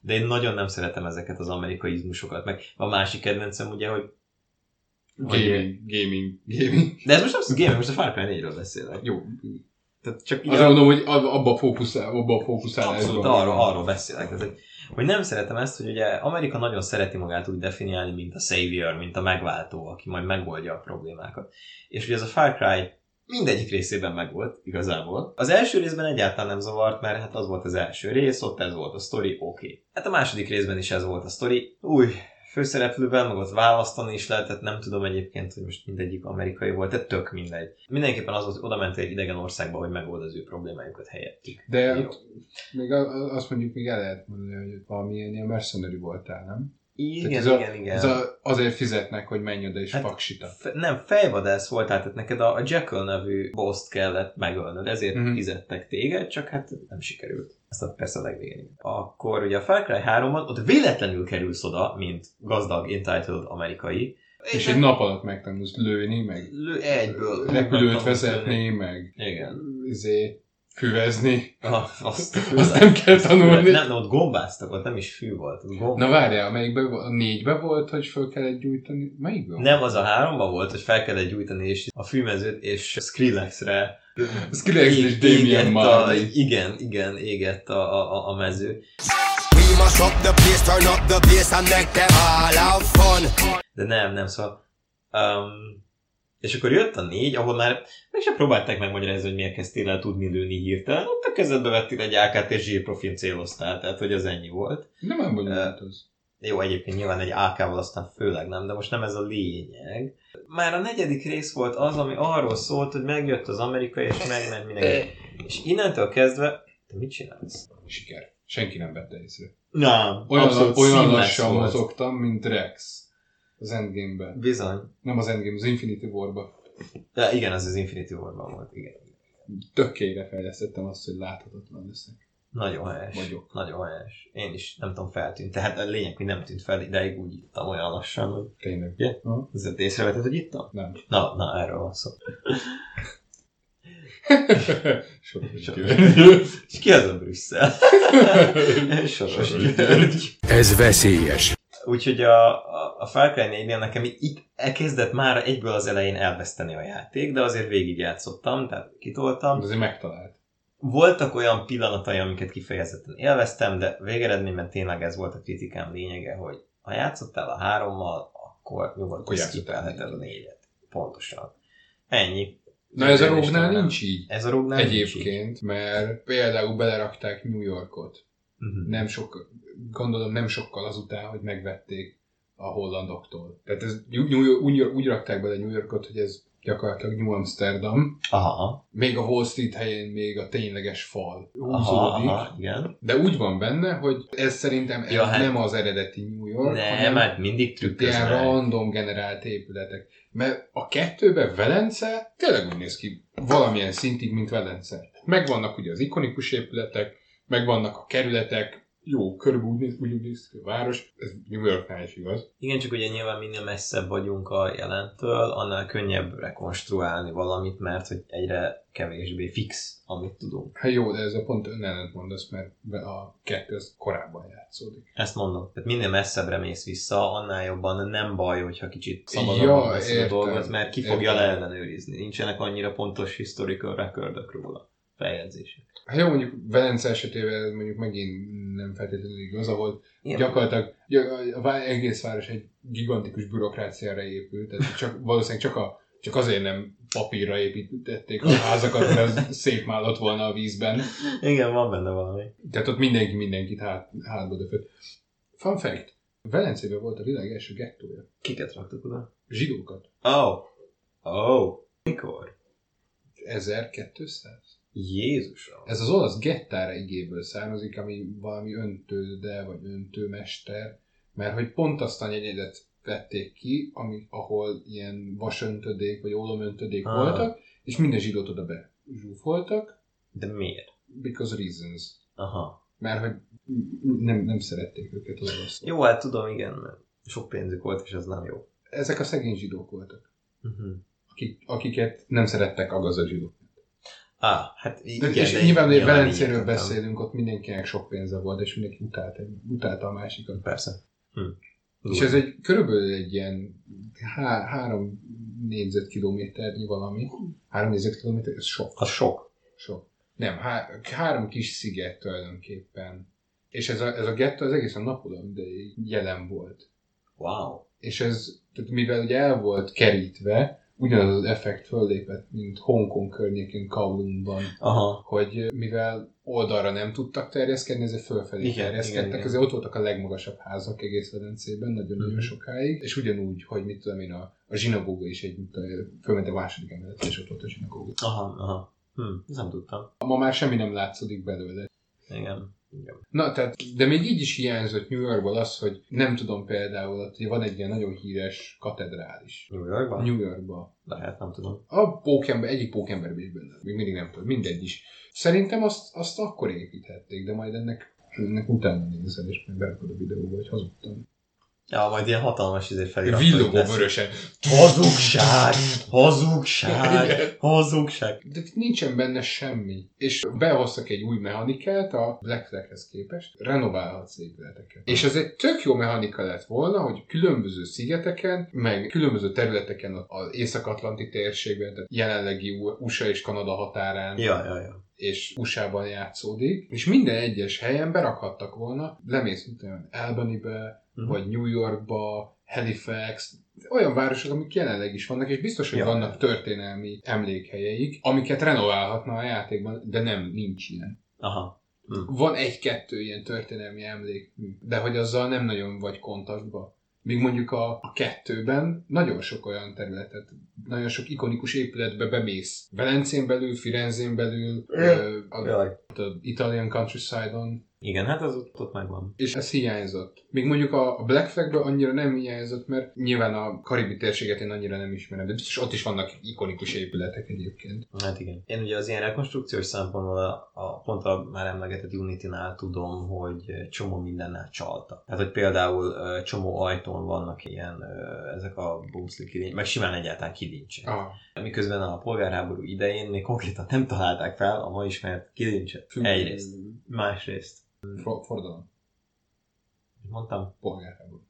S1: De én nagyon nem szeretem ezeket az amerikai izmusokat, meg a másik kedvencem ugye, hogy... hogy
S2: Gaming, gaming, gaming.
S1: de ez most nem game, most a Far Cry 4-ről beszélek.
S2: Jó.
S1: Tehát csak így
S2: Azt mondom, hogy ab- abba fókuszál, abba fókuszál.
S1: Abszolút arról, arról beszélek. Tehát, hogy, hogy nem szeretem ezt, hogy ugye Amerika nagyon szereti magát úgy definiálni, mint a savior, mint a megváltó, aki majd megoldja a problémákat. És ugye ez a Far Cry mindegyik részében megvolt, igazából. Az első részben egyáltalán nem zavart, mert hát az volt az első rész, ott ez volt a sztori, oké. Okay. Hát a második részben is ez volt a sztori. Új főszereplővel, meg ott választani is lehetett, nem tudom egyébként, hogy most mindegyik amerikai volt, de tök mindegy. Mindenképpen az, hogy oda mentél egy idegen országba, hogy megold az ő problémájukat helyettük.
S2: De
S1: Jó.
S2: ott még a- a- azt mondjuk, még el lehet mondani, hogy valamilyen ilyen mercenary voltál, nem?
S1: Igen,
S2: ez
S1: ez
S2: a-
S1: igen, igen.
S2: Ez a, azért fizetnek, hogy menj oda és
S1: Hát-
S2: faksita.
S1: Fe- nem, fejvadász voltál, tehát neked a, a Jekyll nevű boss kellett megölnöd, ezért
S2: Mhm.
S1: mm-hmm. fizettek téged, csak hát nem sikerült. Ezt a persze a legvégén. Akkor ugye a Far Cry 3-ban ott véletlenül kerülsz oda, mint gazdag, entitled amerikai. hát
S2: És egy nap alatt megtanulsz lőni, meg
S1: lő egyből.
S2: repülőt vezetni, meg
S1: Igen.
S2: izé, füvezni.
S1: Ah, azt,
S2: Azt nem kell tanulni.
S1: Nem, de ott gombáztak, ott nem is fű volt. ott Gomb...
S2: Na várjál, amelyikben vo- a négybe volt, hogy föl kellett gyújtani? Melyikben? volt?
S1: Nem, az a háromban volt, hogy fel kellett gyújtani és a fűmezőt, és Skrillexre
S2: Skrillex és
S1: Ég- égett
S2: Damien
S1: a-
S2: Marley.
S1: Igen, igen, égett a, a, a- a mező.
S4: We must up the place, turn up the bass and make them all have fun.
S1: De nem, nem, szóval... Um, és akkor jött a négy, ahol már meg sem próbálták megmagyarázni, hogy miért kezdtél el tudni lőni hirtelen. Ott a kezedbe vettél egy AK-t és zsírprofin céloztál, tehát hogy az ennyi volt.
S2: Nem olyan bonyolult az.
S1: Jó, egyébként nyilván egy AK-val aztán főleg nem, de most nem ez a lényeg. Már a negyedik rész volt az, ami arról szólt, hogy megjött az amerikai, és megment mindenki. És innentől kezdve... Te mit csinálsz?
S2: Siker. Senki nem vette észre.
S1: Nem,
S2: Olyan,
S1: abszolút
S2: olyan
S1: seamless
S2: lassan
S1: volt.
S2: mozogtam, mint Rex. Az Endgame-ben.
S1: Bizony.
S2: Nem az Endgame, az Infinity War-ba.
S1: De igen, az az Infinity War-ban volt, igen.
S2: Tökére fejlesztettem azt, hogy láthatatlan leszek.
S1: Nagyon helyes.
S2: Vagyok.
S1: Nagyon helyes. Én is nem tudom, feltűnt. Tehát a lényeg, hogy nem tűnt fel, ideig úgy ittam olyan lassan, hogy
S2: Tényleg.
S1: Ja.
S2: Aha.
S1: azért észrevetted, hogy ittam?
S2: Nem.
S1: Na, na, erről van szó.
S2: Soros
S1: Soros
S2: György.
S1: És ki az a Brüsszel? Soros György.
S5: Ez veszélyes.
S1: Úgyhogy a, a, a Far Cry 4-nél nekem itt elkezdett már egyből az elején elveszteni a játék, de azért végigjátszottam, tehát kitoltam.
S2: De azért megtalált.
S1: Voltak olyan pillanatai, amiket kifejezetten élveztem, de végeredményben tényleg ez volt a kritikám lényege, hogy ha játszottál a hárommal, akkor
S2: Akkor
S1: nyugodtan
S2: játszottál
S1: skipelheted a négyet. Pontosan. Ennyi.
S2: Na ez a
S1: Én is
S2: Rognál
S1: nem.
S2: nincs így.
S1: Ez a Rognál Nincs.
S2: Egyébként, mert például belerakták New Yorkot.
S1: Uh-huh.
S2: Nem sok, gondolom nem sokkal azután, hogy megvették a hollandoktól. Tehát ez New New York, úgy, úgy rakták bele New Yorkot, hogy ez gyakorlatilag New Amsterdam.
S1: Aha,
S2: Még a Wall Street helyén még a tényleges fal
S1: aha,
S2: húzódik.
S1: aha, igen.
S2: De úgy van benne, hogy ez szerintem ez
S1: Ja, hát-
S2: nem az eredeti New York,
S1: Nem,
S2: hanem
S1: hát mindig
S2: ilyen
S1: trükköznek.
S2: random generált épületek. Mert a kettőben Velence tényleg úgy néz ki valamilyen szintig, mint Velence. Megvannak ugye az ikonikus épületek, megvannak a kerületek, jó, körülbelül úgy néz, úgy néz ki a város, ez New Yorknál is igaz.
S1: Igen, csak ugye nyilván minél messzebb vagyunk a jelentől, annál könnyebb rekonstruálni valamit, mert hogy egyre kevésbé fix, amit tudunk.
S2: Hát jó, de ez a pont önellent mondasz, mert a kettő az korábban játszódik.
S1: Ezt mondom. Tehát minél messzebbre mész vissza, annál jobban nem baj, hogyha kicsit
S2: Ja,
S1: szabadabban ja, a
S2: értem,
S1: dolgot, mert ki fogja
S2: értem.
S1: leellenőrizni. Nincsenek annyira pontos historical recordok róla feljegyzések.
S2: Hát jó, mondjuk Velence esetében ez mondjuk megint nem feltétlenül igaz, ahol
S1: Ilyen-
S2: Gyakorlatilag gy- a vá- egész város egy gigantikus bürokráciára épült, tehát csak, valószínűleg csak, a, csak azért nem papírra építették a házakat, mert az szép málott volna a vízben.
S1: Igen, van benne valami.
S2: Tehát ott mindenki mindenkit hát, hátba döfött. Fun fact, Velencében volt a világ első gettója.
S1: Kiket raktuk oda?
S2: Zsidókat.
S1: Oh. Oh. Mikor?
S2: 1200?
S1: Jézusom.
S2: Ez az olasz gettára igéből származik, ami valami öntőde vagy öntőmester, mert hogy pont azt a negyedet vették ki, ami, ahol ilyen vasöntödék vagy ólomöntödék
S1: Ah.
S2: voltak, és minden zsidót oda be zsúfoltak,
S1: De miért?
S2: because reasons.
S1: Aha.
S2: Mert hogy nem, nem szerették őket az olasz.
S1: Jó, hát tudom, igen, mert sok pénzük volt, és az nem jó.
S2: Ezek a szegény zsidók voltak,
S1: Uh-huh.
S2: akik, akiket nem szerettek agazda zsidók.
S1: Á, hát i-
S2: De,
S1: igen,
S2: és
S1: de
S2: nyilván, hogy
S1: nem így
S2: Velencéről
S1: értettem.
S2: beszélünk, ott mindenkinek sok pénze volt, és mindenki utálta, utálta a másikat.
S1: Persze. Hm.
S2: És ez egy körülbelül egy ilyen há- három négyzetkilométernyi valami. Három négyzetkilométer, ez sok.
S1: Az sok.
S2: sok. Nem, há- három kis sziget tulajdonképpen. És ez a, ez a gettó az egészen napolom, de jelen volt.
S1: Wow.
S2: És ez, tehát mivel ugye el volt kerítve, ugyanaz az effekt föllépett, mint Hongkong környékén Kowloonban,
S1: Aha.
S2: hogy mivel oldalra nem tudtak terjeszkedni, ezért fölfelé
S1: Igen,
S2: terjeszkedtek,
S1: igen, igen.
S2: ezért ott voltak a legmagasabb házak egész Velencében, nagyon-nagyon
S1: Mhm.
S2: sokáig, és ugyanúgy, hogy mit tudom én, a, a zsinagóga is egy, mint a, fölment a második emeletre, és ott volt a zsinagóga.
S1: Aha, aha. Hm, ezt nem tudtam.
S2: Ma már semmi nem látszódik belőle.
S1: Igen. igen.
S2: Na, tehát, de még így is hiányzott New Yorkból az, hogy nem tudom például, ott ugye van egy ilyen nagyon híres katedrális
S1: New Yorkban? New...
S2: New Yorkban,
S1: Lehet, nem tudom.
S2: A pókember, egyik pókember is benne. Még mindig nem tudom, mindegy is. Szerintem azt, azt akkor építhették, de majd ennek, ennek utána nézel, és majd berakod a videóba, hogy hazudtam.
S1: Ja, majd ilyen hatalmas izé felirat.
S2: Villogó vörösen.
S1: Hazugság! Hazugság! Hazugság!
S2: De nincsen benne semmi. És behoztak egy új mechanikát a Black Flag-hez képest, renoválhatsz épületeket. És ez egy tök jó mechanika lett volna, hogy különböző szigeteken, meg különböző területeken az Észak-Atlanti térségben, tehát jelenlegi USA és Kanada határán,
S1: Ja, ja, ja.
S2: és USA-ban játszódik, és minden egyes helyen berakhattak volna, lemész utána Albany-be,
S1: Mhm.
S2: vagy New Yorkba, Halifax, olyan városok, amik jelenleg is vannak, és biztos, hogy
S1: Ja.
S2: vannak történelmi emlékhelyeik, amiket renoválhatna a játékban, de nem, nincs ilyen.
S1: Aha.
S2: Van egy-kettő ilyen történelmi emlékmű, de hogy azzal nem nagyon vagy kontaktba. Míg mondjuk a, a kettőben nagyon sok olyan területet, nagyon sok ikonikus épületbe bemész. Velencén belül, Firenzén belül,
S1: Ja.
S2: ö, a
S1: Jaj.
S2: itt az Italian countryside-on,
S1: Igen, hát az ott, ott megvan.
S2: És ez hiányzott. Még mondjuk a a Black Flagből annyira nem hiányzott, mert nyilván a karibi térséget én annyira nem ismerem, de biztos ott is vannak ikonikus épületek egyébként.
S1: Hát igen. Én ugye az ilyen rekonstrukciós szempontból a, a pont a már emlegetett Unity-nál tudom, hogy csomó mindennel csaltak. Tehát, hogy például ö, csomó ajtón vannak ilyen ö, ezek a bumszli kilincs, meg simán egyáltalán kilincsek.
S2: Ah,
S1: Miközben a polgárháború idején még konkrétan nem találták fel a ma ismert kilincset.
S2: Fü-
S1: Egyrészt. Másrészt.
S2: for- Fordalom.
S1: Mondtam,
S2: Polgárháború.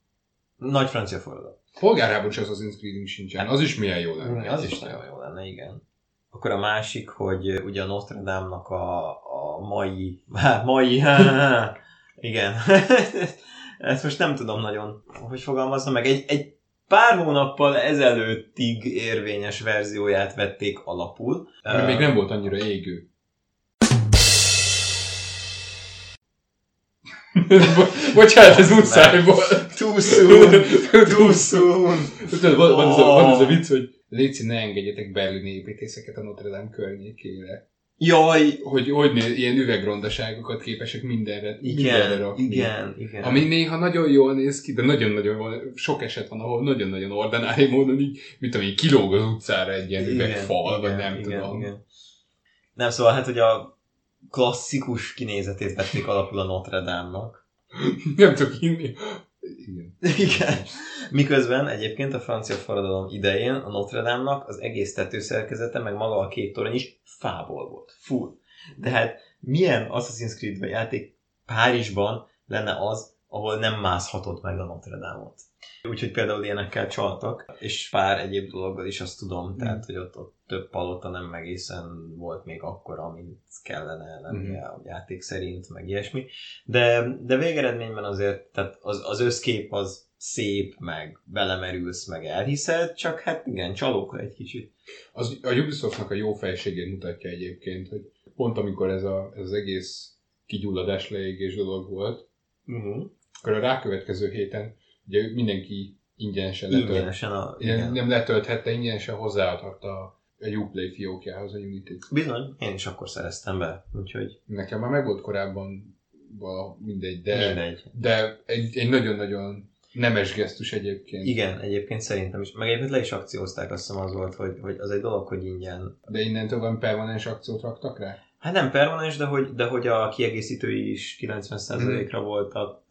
S1: nagy francia forradalom.
S2: Polgárháború se az az Creed sincsen. Az is milyen jó lenne.
S1: Az is nagyon jó lenne, igen. Akkor a másik, hogy ö, ugye a Nostradamus-nak a, a mai, hát mai, igen. Ezt most nem tudom nagyon, hogy fogalmazom meg. Egy, egy pár hónappal ezelőttig érvényes verzióját vették alapul.
S2: Ami
S1: Ö,
S2: még nem volt annyira égő. Bo- Bocsánat, ez muszáj volt.
S1: Too soon, too
S2: Tudod,
S1: soon.
S2: van, van, ez a, van ez a vicc, hogy Léci, ne engedjetek berlini építészeket a Notre Dame környékére.
S1: Jaj,
S2: Hogy, hogy né- ilyen üvegrondaságokat képesek mindenre, mindenre
S1: igen,
S2: rakni.
S1: igen, igen.
S2: Ami néha nagyon jól néz ki, de nagyon-nagyon jól- sok eset van, ahol nagyon-nagyon ordinári módon így, mit tudom én, kilóg az utcára egy ilyen üvegfal, vagy nem tudom.
S1: Igen. Nem, szóval hát, hogy a klasszikus kinézetét vették alapul a Notre Dame-nak.
S2: Nem tudok hinni. Igen.
S1: Igen. Miközben egyébként a francia forradalom idején a Notre Dame-nak az egész tetőszerkezete, meg maga a két torony is fából volt. Full. De hát milyen Assassin's Creed játék Párizsban lenne az, ahol nem mászhatod meg a Notre Dame-ot. Úgyhogy például ilyenekkel csaltak, és pár egyéb dologgal is azt tudom, tehát hogy ott, ott több palota nem egészen volt még akkora, mint kellene lennie a játék szerint, meg ilyesmi. De, de végeredményben azért, tehát az, az összkép az szép, meg belemerülsz, meg elhiszed, csak hát igen, csalóka egy kicsit.
S2: Az, a Ubisoftnak a jó fejségét mutatja egyébként, hogy pont amikor ez, a, ez az egész kigyulladás leégés dolog volt,
S1: Uh-huh.
S2: akkor a rákövetkező héten ugye mindenki ingyenesen letölt,
S1: Ingyenesen a...
S2: nem,
S1: Igen.
S2: nem letölthette, ingyenesen hozzáadhatta a a Uplay fiókjához a unity
S1: Bizony, én is akkor szereztem be, úgyhogy
S2: Nekem már megvolt korábban vala, mindegy, de,
S1: mindegy.
S2: de egy, egy nagyon-nagyon nemes gesztus egyébként.
S1: Igen, egyébként szerintem is. Meg egyébként le is akciózták, azt hiszem az volt, hogy, hogy az egy dolog, hogy ingyen.
S2: De innentől van permanens akciót raktak rá?
S1: Hát nem permanens, de hogy, de hogy a kiegészítői is 90%-ra voltak.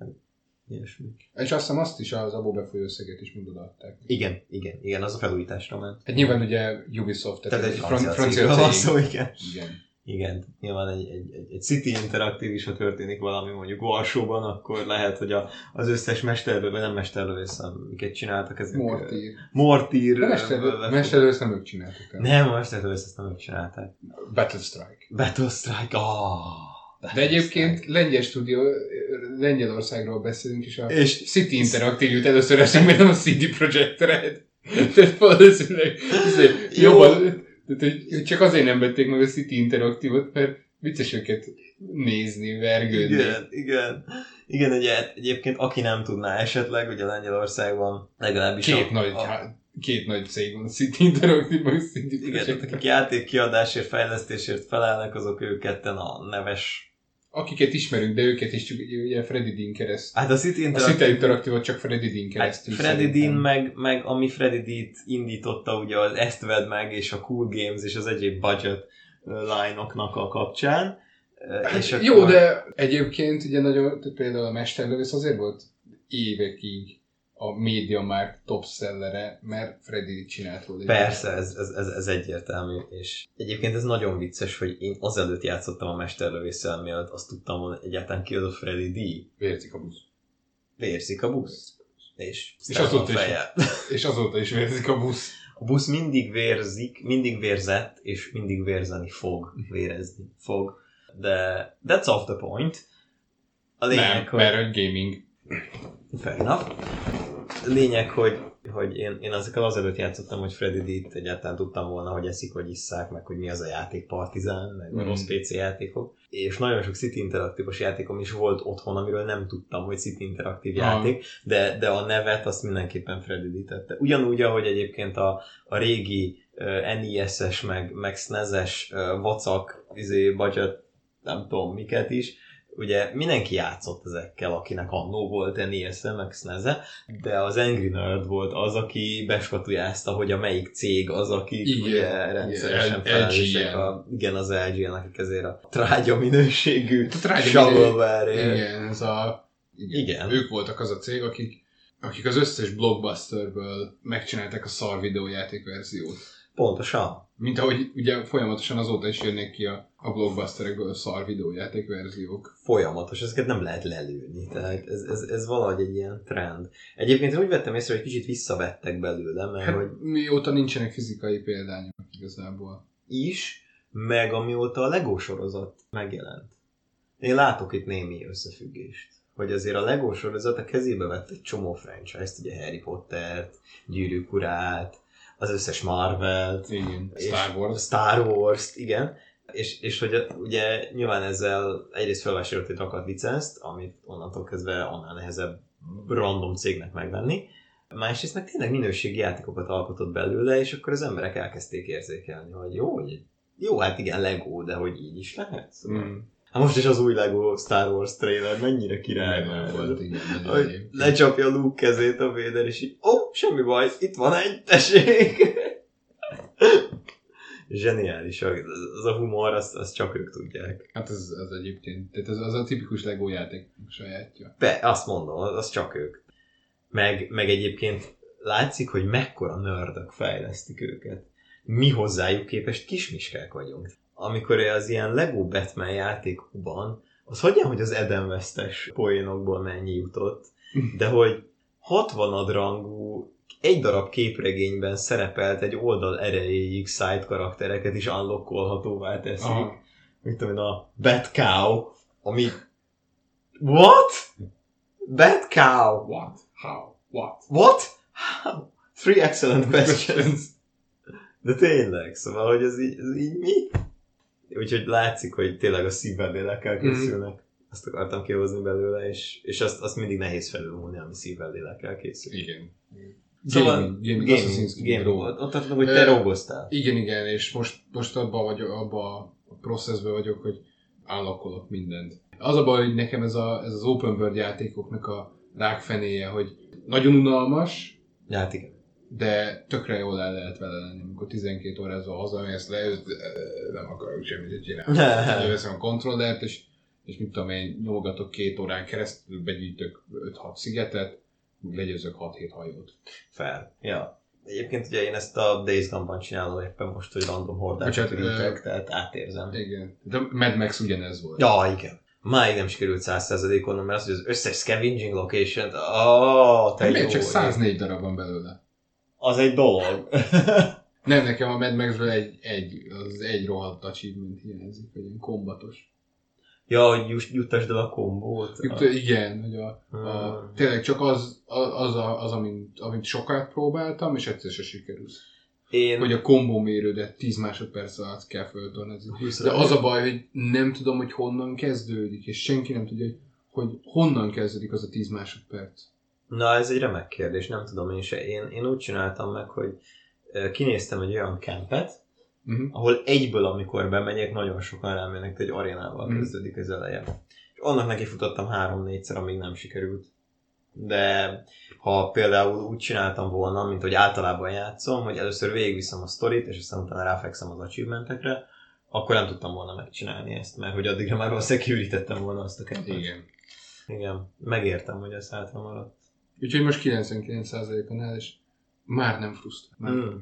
S1: Ilyesmi.
S2: És azt hiszem azt is az abóbefolyó összeget is mind odaadták.
S1: Igen, igen, igen, az a felújításra ment.
S2: Hát nyilván ugye Ubisoft,
S1: Tehát egy
S2: fran-
S1: francia, cégről van
S2: cég.
S1: szó, igen.
S2: Igen.
S1: Igen, nyilván egy, egy, egy, egy City Interactive is, ha történik valami mondjuk Varsóban, akkor lehet, hogy a, az összes mesterlő, vagy nem mesterlövész, amiket csináltak ezek.
S2: Mortír.
S1: Mortír.
S2: De mesterlő- Mesterlő ezt nem ők csináltak. el.
S1: Nem, a mesterlövész ezt nem ők csinálták.
S2: Battlestrike.
S1: Battle Strike, ah,
S2: De
S1: Battle
S2: egyébként lengyel stúdió, Lengyelországról beszélünk, és a
S1: Strike. És
S2: City Interactive jut először eszembe, nem a CD Projekt Red. Tehát valószínűleg azért
S1: Jó.
S2: jobban, tehát, hogy- hogy csak azért nem vették meg a City Interactive-ot, mert vicces őket nézni, vergődni.
S1: igen, igen. Igen, ugye egyébként aki nem tudná esetleg, ugye Lengyelországban legalábbis... a-
S2: Két, nagy,
S1: a,
S2: há- két nagy cég van, City Interactive, meg City
S1: igen, tehát
S2: Projekt.
S1: akik játékkiadásért, fejlesztésért felelnek, azok ők ketten a neves
S2: akiket ismerünk, de őket is csak ugye Freddy Dean keresztül.
S1: Hát a City
S2: A City
S1: Interactive...
S2: Interactive csak Freddy Dean
S1: Hát
S2: keresztül.
S1: Freddy
S2: szerintem.
S1: Dean meg, meg ami Freddy Dean-t indította ugye az Ezt Vedd Meg és a Cool Games és az egyéb budget ö, line-oknak a kapcsán. Ö, És akkor...
S2: Hát Jó, de egyébként ugye nagyon, tehát például a Mesterlövész azért volt évekig a média már top sellere, mert Freddy csinált róla. egy-
S1: Persze, ez, ez, ez, ez egyértelmű, és egyébként ez nagyon vicces, hogy én azelőtt játszottam a Mesterlövésszel, mielőtt azt tudtam, hogy egyáltalán ki az a Freddy D.
S2: Vérzik a busz.
S1: Vérzik a busz. És,
S2: És azóta is.
S1: fejjel.
S2: És azóta is vérzik a busz.
S1: A busz mindig vérzik, mindig vérzett, és mindig vérzeni fog,
S2: Mhm.
S1: vérezni fog. De that's off the point. A lényeg,
S2: Nem,
S1: hogy...
S2: mert hogy gaming.
S1: Fair enough. A lényeg, hogy, hogy én, én azokkal azelőtt játszottam, hogy Freddy D-t egyáltalán tudtam volna, hogy eszik, hogy isszák, meg hogy mi az a játék partizán, meg a
S2: Mhm.
S1: rossz PC játékok. És nagyon sok City Interaktívos játékom is volt otthon, amiről nem tudtam, hogy City Interaktív
S2: Aha.
S1: játék, de, de a nevet azt mindenképpen Freddy D tette. Ugyanúgy, ahogy egyébként a, a régi uh, NES-es, E meg, meg SNES-es uh, vacak, izé, budget, nem tudom miket is, ugye mindenki játszott ezekkel, akinek annó volt NES-e, meg SNES-e, de az Angry Nerd volt az, aki beskatujázta, hogy a melyik cég az, aki
S2: Igen,
S1: ugye
S2: igen,
S1: rendszeresen
S2: L-
S1: felelősek
S2: LGN.
S1: a, igen, az LGN, akik ezért a trágya minőségű
S2: A trágya
S1: shovelware
S2: Igen, ez a... Igen.
S1: Igen.
S2: Ők voltak az a cég, akik, akik az összes blockbusterből megcsinálták a szar videójáték verziót.
S1: Pontosan.
S2: Mint ahogy ugye folyamatosan azóta is jönnek ki a, a blockbusterekből a szar videójáték verziók.
S1: Folyamatos, ezeket nem lehet lelőni. Tehát ez, ez, ez valahogy egy ilyen trend. Egyébként én úgy vettem észre, hogy kicsit visszavettek belőle, mert
S2: Hát
S1: hogy
S2: mióta nincsenek fizikai példányok igazából.
S1: is, meg amióta a LEGO sorozat megjelent. Én látok itt némi összefüggést, hogy azért a LEGO sorozat a kezébe vett egy csomó franchise-t, ugye Harry Pottert, Gyűrűk urát, az összes Marvelt,
S2: Igen.
S1: és-
S2: Star Wars.
S1: Star Wars, igen. És, és hogy a- ugye nyilván ezzel egyrészt felvásárolt egy rakat licenzt, amit onnantól kezdve annál nehezebb random cégnek megvenni. Másrészt meg tényleg minőségi játékokat alkotott belőle, és akkor az emberek elkezdték érzékelni, hogy jó, hogy jó, hát igen, Lego, de hogy így is lehet. Mm.
S2: Mm.
S1: Hát most is az új Lego Star Wars trailer mennyire király már.
S2: volt, igen. nagyon
S1: Hogy
S2: egyéb.
S1: lecsapja Luke kezét a Vader, és így, ó, oh, semmi baj, itt van egy, tessék! Zseniális, az a humor, azt, azt csak ők tudják.
S2: Hát ez, ez egyébként, tehát ez az a tipikus LEGO játék sajátja.
S1: Be, azt mondom, az csak ők. Meg, meg egyébként látszik, hogy mekkora nördök fejlesztik őket. Mi hozzájuk képest kismiskák vagyunk. Amikor az ilyen Lego Batman játékokban, az hogyan, hogy az Eden Westes poénokból mennyi jutott, de hogy 60 adrangú, egy darab képregényben szerepelt egy oldal erejéig side karaktereket is unlockolhatóvá teszik.
S2: Aha.
S1: Mit tudom én, a Bat Cow, ami... What? Bat Cow!
S2: What? How? What?
S1: What? How? Three excellent questions. De tényleg, szóval, hogy ez így, ez így mi? Úgyhogy látszik, hogy tényleg a szívvel lélekkel
S2: Mhm.
S1: készülnek. Azt akartam kihozni belőle, és, és azt, azt mindig nehéz felülmúlni, ami szívvel lélekkel készül.
S2: Igen.
S1: Szóval
S2: gaming,
S1: gaming,
S2: Assassin's Creed
S1: gaming
S2: Rogue.
S1: volt. Ott tartom, hogy te
S2: Ö,
S1: rogoztál.
S2: Igen, igen, és most, most abban vagy, abba a processzben vagyok, hogy állakolok mindent. Az a baj, hogy nekem ez, a, ez az open world játékoknak a rákfenéje, hogy nagyon unalmas,
S1: Hát igen.
S2: de tökre jól el lehet vele lenni, amikor 12 órázol hazamész le, ö, nem akarok semmit csinálni. Előveszem a kontrollert, és, és mit tudom én, nyomogatok két órán keresztül, begyűjtök 5-6 szigetet, legyőzök 6-7 hajót.
S1: Fel. Ja. Egyébként ugye én ezt a Days Gone-ban csinálom éppen most, hogy random hordákat
S2: Bocsánat, ö,
S1: ürítek, tehát átérzem.
S2: Igen. De Mad Max ugyanez volt.
S1: Ja, igen. Máig nem sikerült 100%-on, mert az, hogy az összes scavenging location ó, te
S2: Hát
S1: jó.
S2: miért csak
S1: ég.
S2: 104 darab van belőle?
S1: Az egy dolog.
S2: Nem, nekem a Mad Maxből egy, egy, az egy rohadt achievement hiányzik, hogy ilyen kombatos.
S1: ja, hogy juss, juttasd el a kombót. Ah.
S2: Itt, igen, hogy a, a,
S1: Hmm.
S2: tényleg csak az, a- az, a, az amint, amint sokat próbáltam, és egyszer se sikerült.
S1: Én...
S2: Hogy a kombó mérődet 10 másodperc alatt kell föltornázni. De az a baj, hogy nem tudom, hogy honnan kezdődik, és senki nem tudja, hogy, hogy honnan kezdődik az a 10 másodperc.
S1: Na, ez egy remek kérdés, nem tudom én se. Én, én úgy csináltam meg, hogy ö, kinéztem egy olyan kempet,
S2: Uh-huh.
S1: ahol egyből, amikor bemegyek, nagyon sokan elmennek, hogy egy arénával
S2: Mhm.
S1: kezdődik az eleje. És annak neki futottam három-négyszer, amíg nem sikerült. De ha például úgy csináltam volna, mint hogy általában játszom, hogy először végigviszem a sztorit, és aztán utána ráfekszem az achievementekre, akkor nem tudtam volna megcsinálni ezt, mert hogy addigra már valószínűleg kiürítettem volna azt a kempet.
S2: Igen.
S1: Igen. Megértem, hogy ez hátra maradt.
S2: Úgyhogy most 99%-on áll, és már nem frusztrál. Már,
S1: Mm.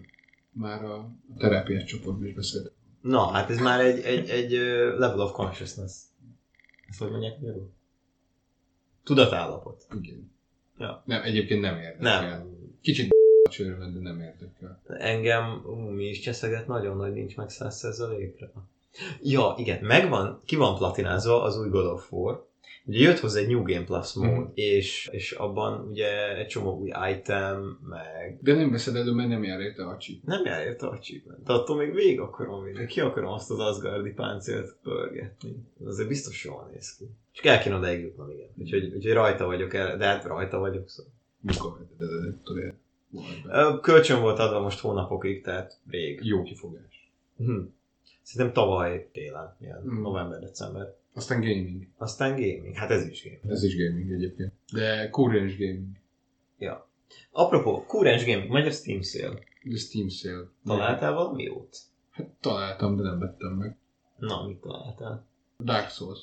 S2: már a terápiás csoportban is beszéltem.
S1: Na, hát ez már egy, egy, egy ö, level of consciousness. Ezt hogy mondják magyarul? Tudatállapot.
S2: Igen.
S1: Ja.
S2: Nem, egyébként nem érdekel.
S1: Nem.
S2: Kicsit csőröm, de nem érdekel.
S1: Engem ú, mi is cseszeget nagyon, hogy nincs meg 100%-ra. Ja, igen, megvan, ki van platinázva az új God of War. Ugye jött hozzá egy New Game Plus mód,
S2: Mhm.
S1: és, és abban ugye egy csomó új item, meg
S2: De nem veszed elő, mert nem jár érte a csi.
S1: nem jár érte a csípben. De attól még végig akarom vinni. Ki akarom azt az Asgardi páncélt pörgetni. Azért biztos jól néz ki. Csak el kéne odaig jutnom, igen. Úgyhogy, úgyhogy rajta vagyok el, de hát rajta vagyok. Szóval.
S2: Mikor vetted elő, nem tudod el. Majd be.
S1: Ö, Kölcsön volt adva most hónapokig, tehát rég.
S2: Jó kifogás.
S1: Hm. Szerintem tavaly télen, ilyen
S2: Mm.
S1: november-december.
S2: Aztán gaming.
S1: Aztán gaming, hát ez is gaming.
S2: Ez is gaming egyébként. De kúrens gaming.
S1: Ja. Apropó, kúrens gaming, megy a Steam sale.
S2: De Steam sale.
S1: Találtál valami jót?
S2: Hát találtam, de nem vettem meg.
S1: Na, mit találtál?
S2: Dark Souls.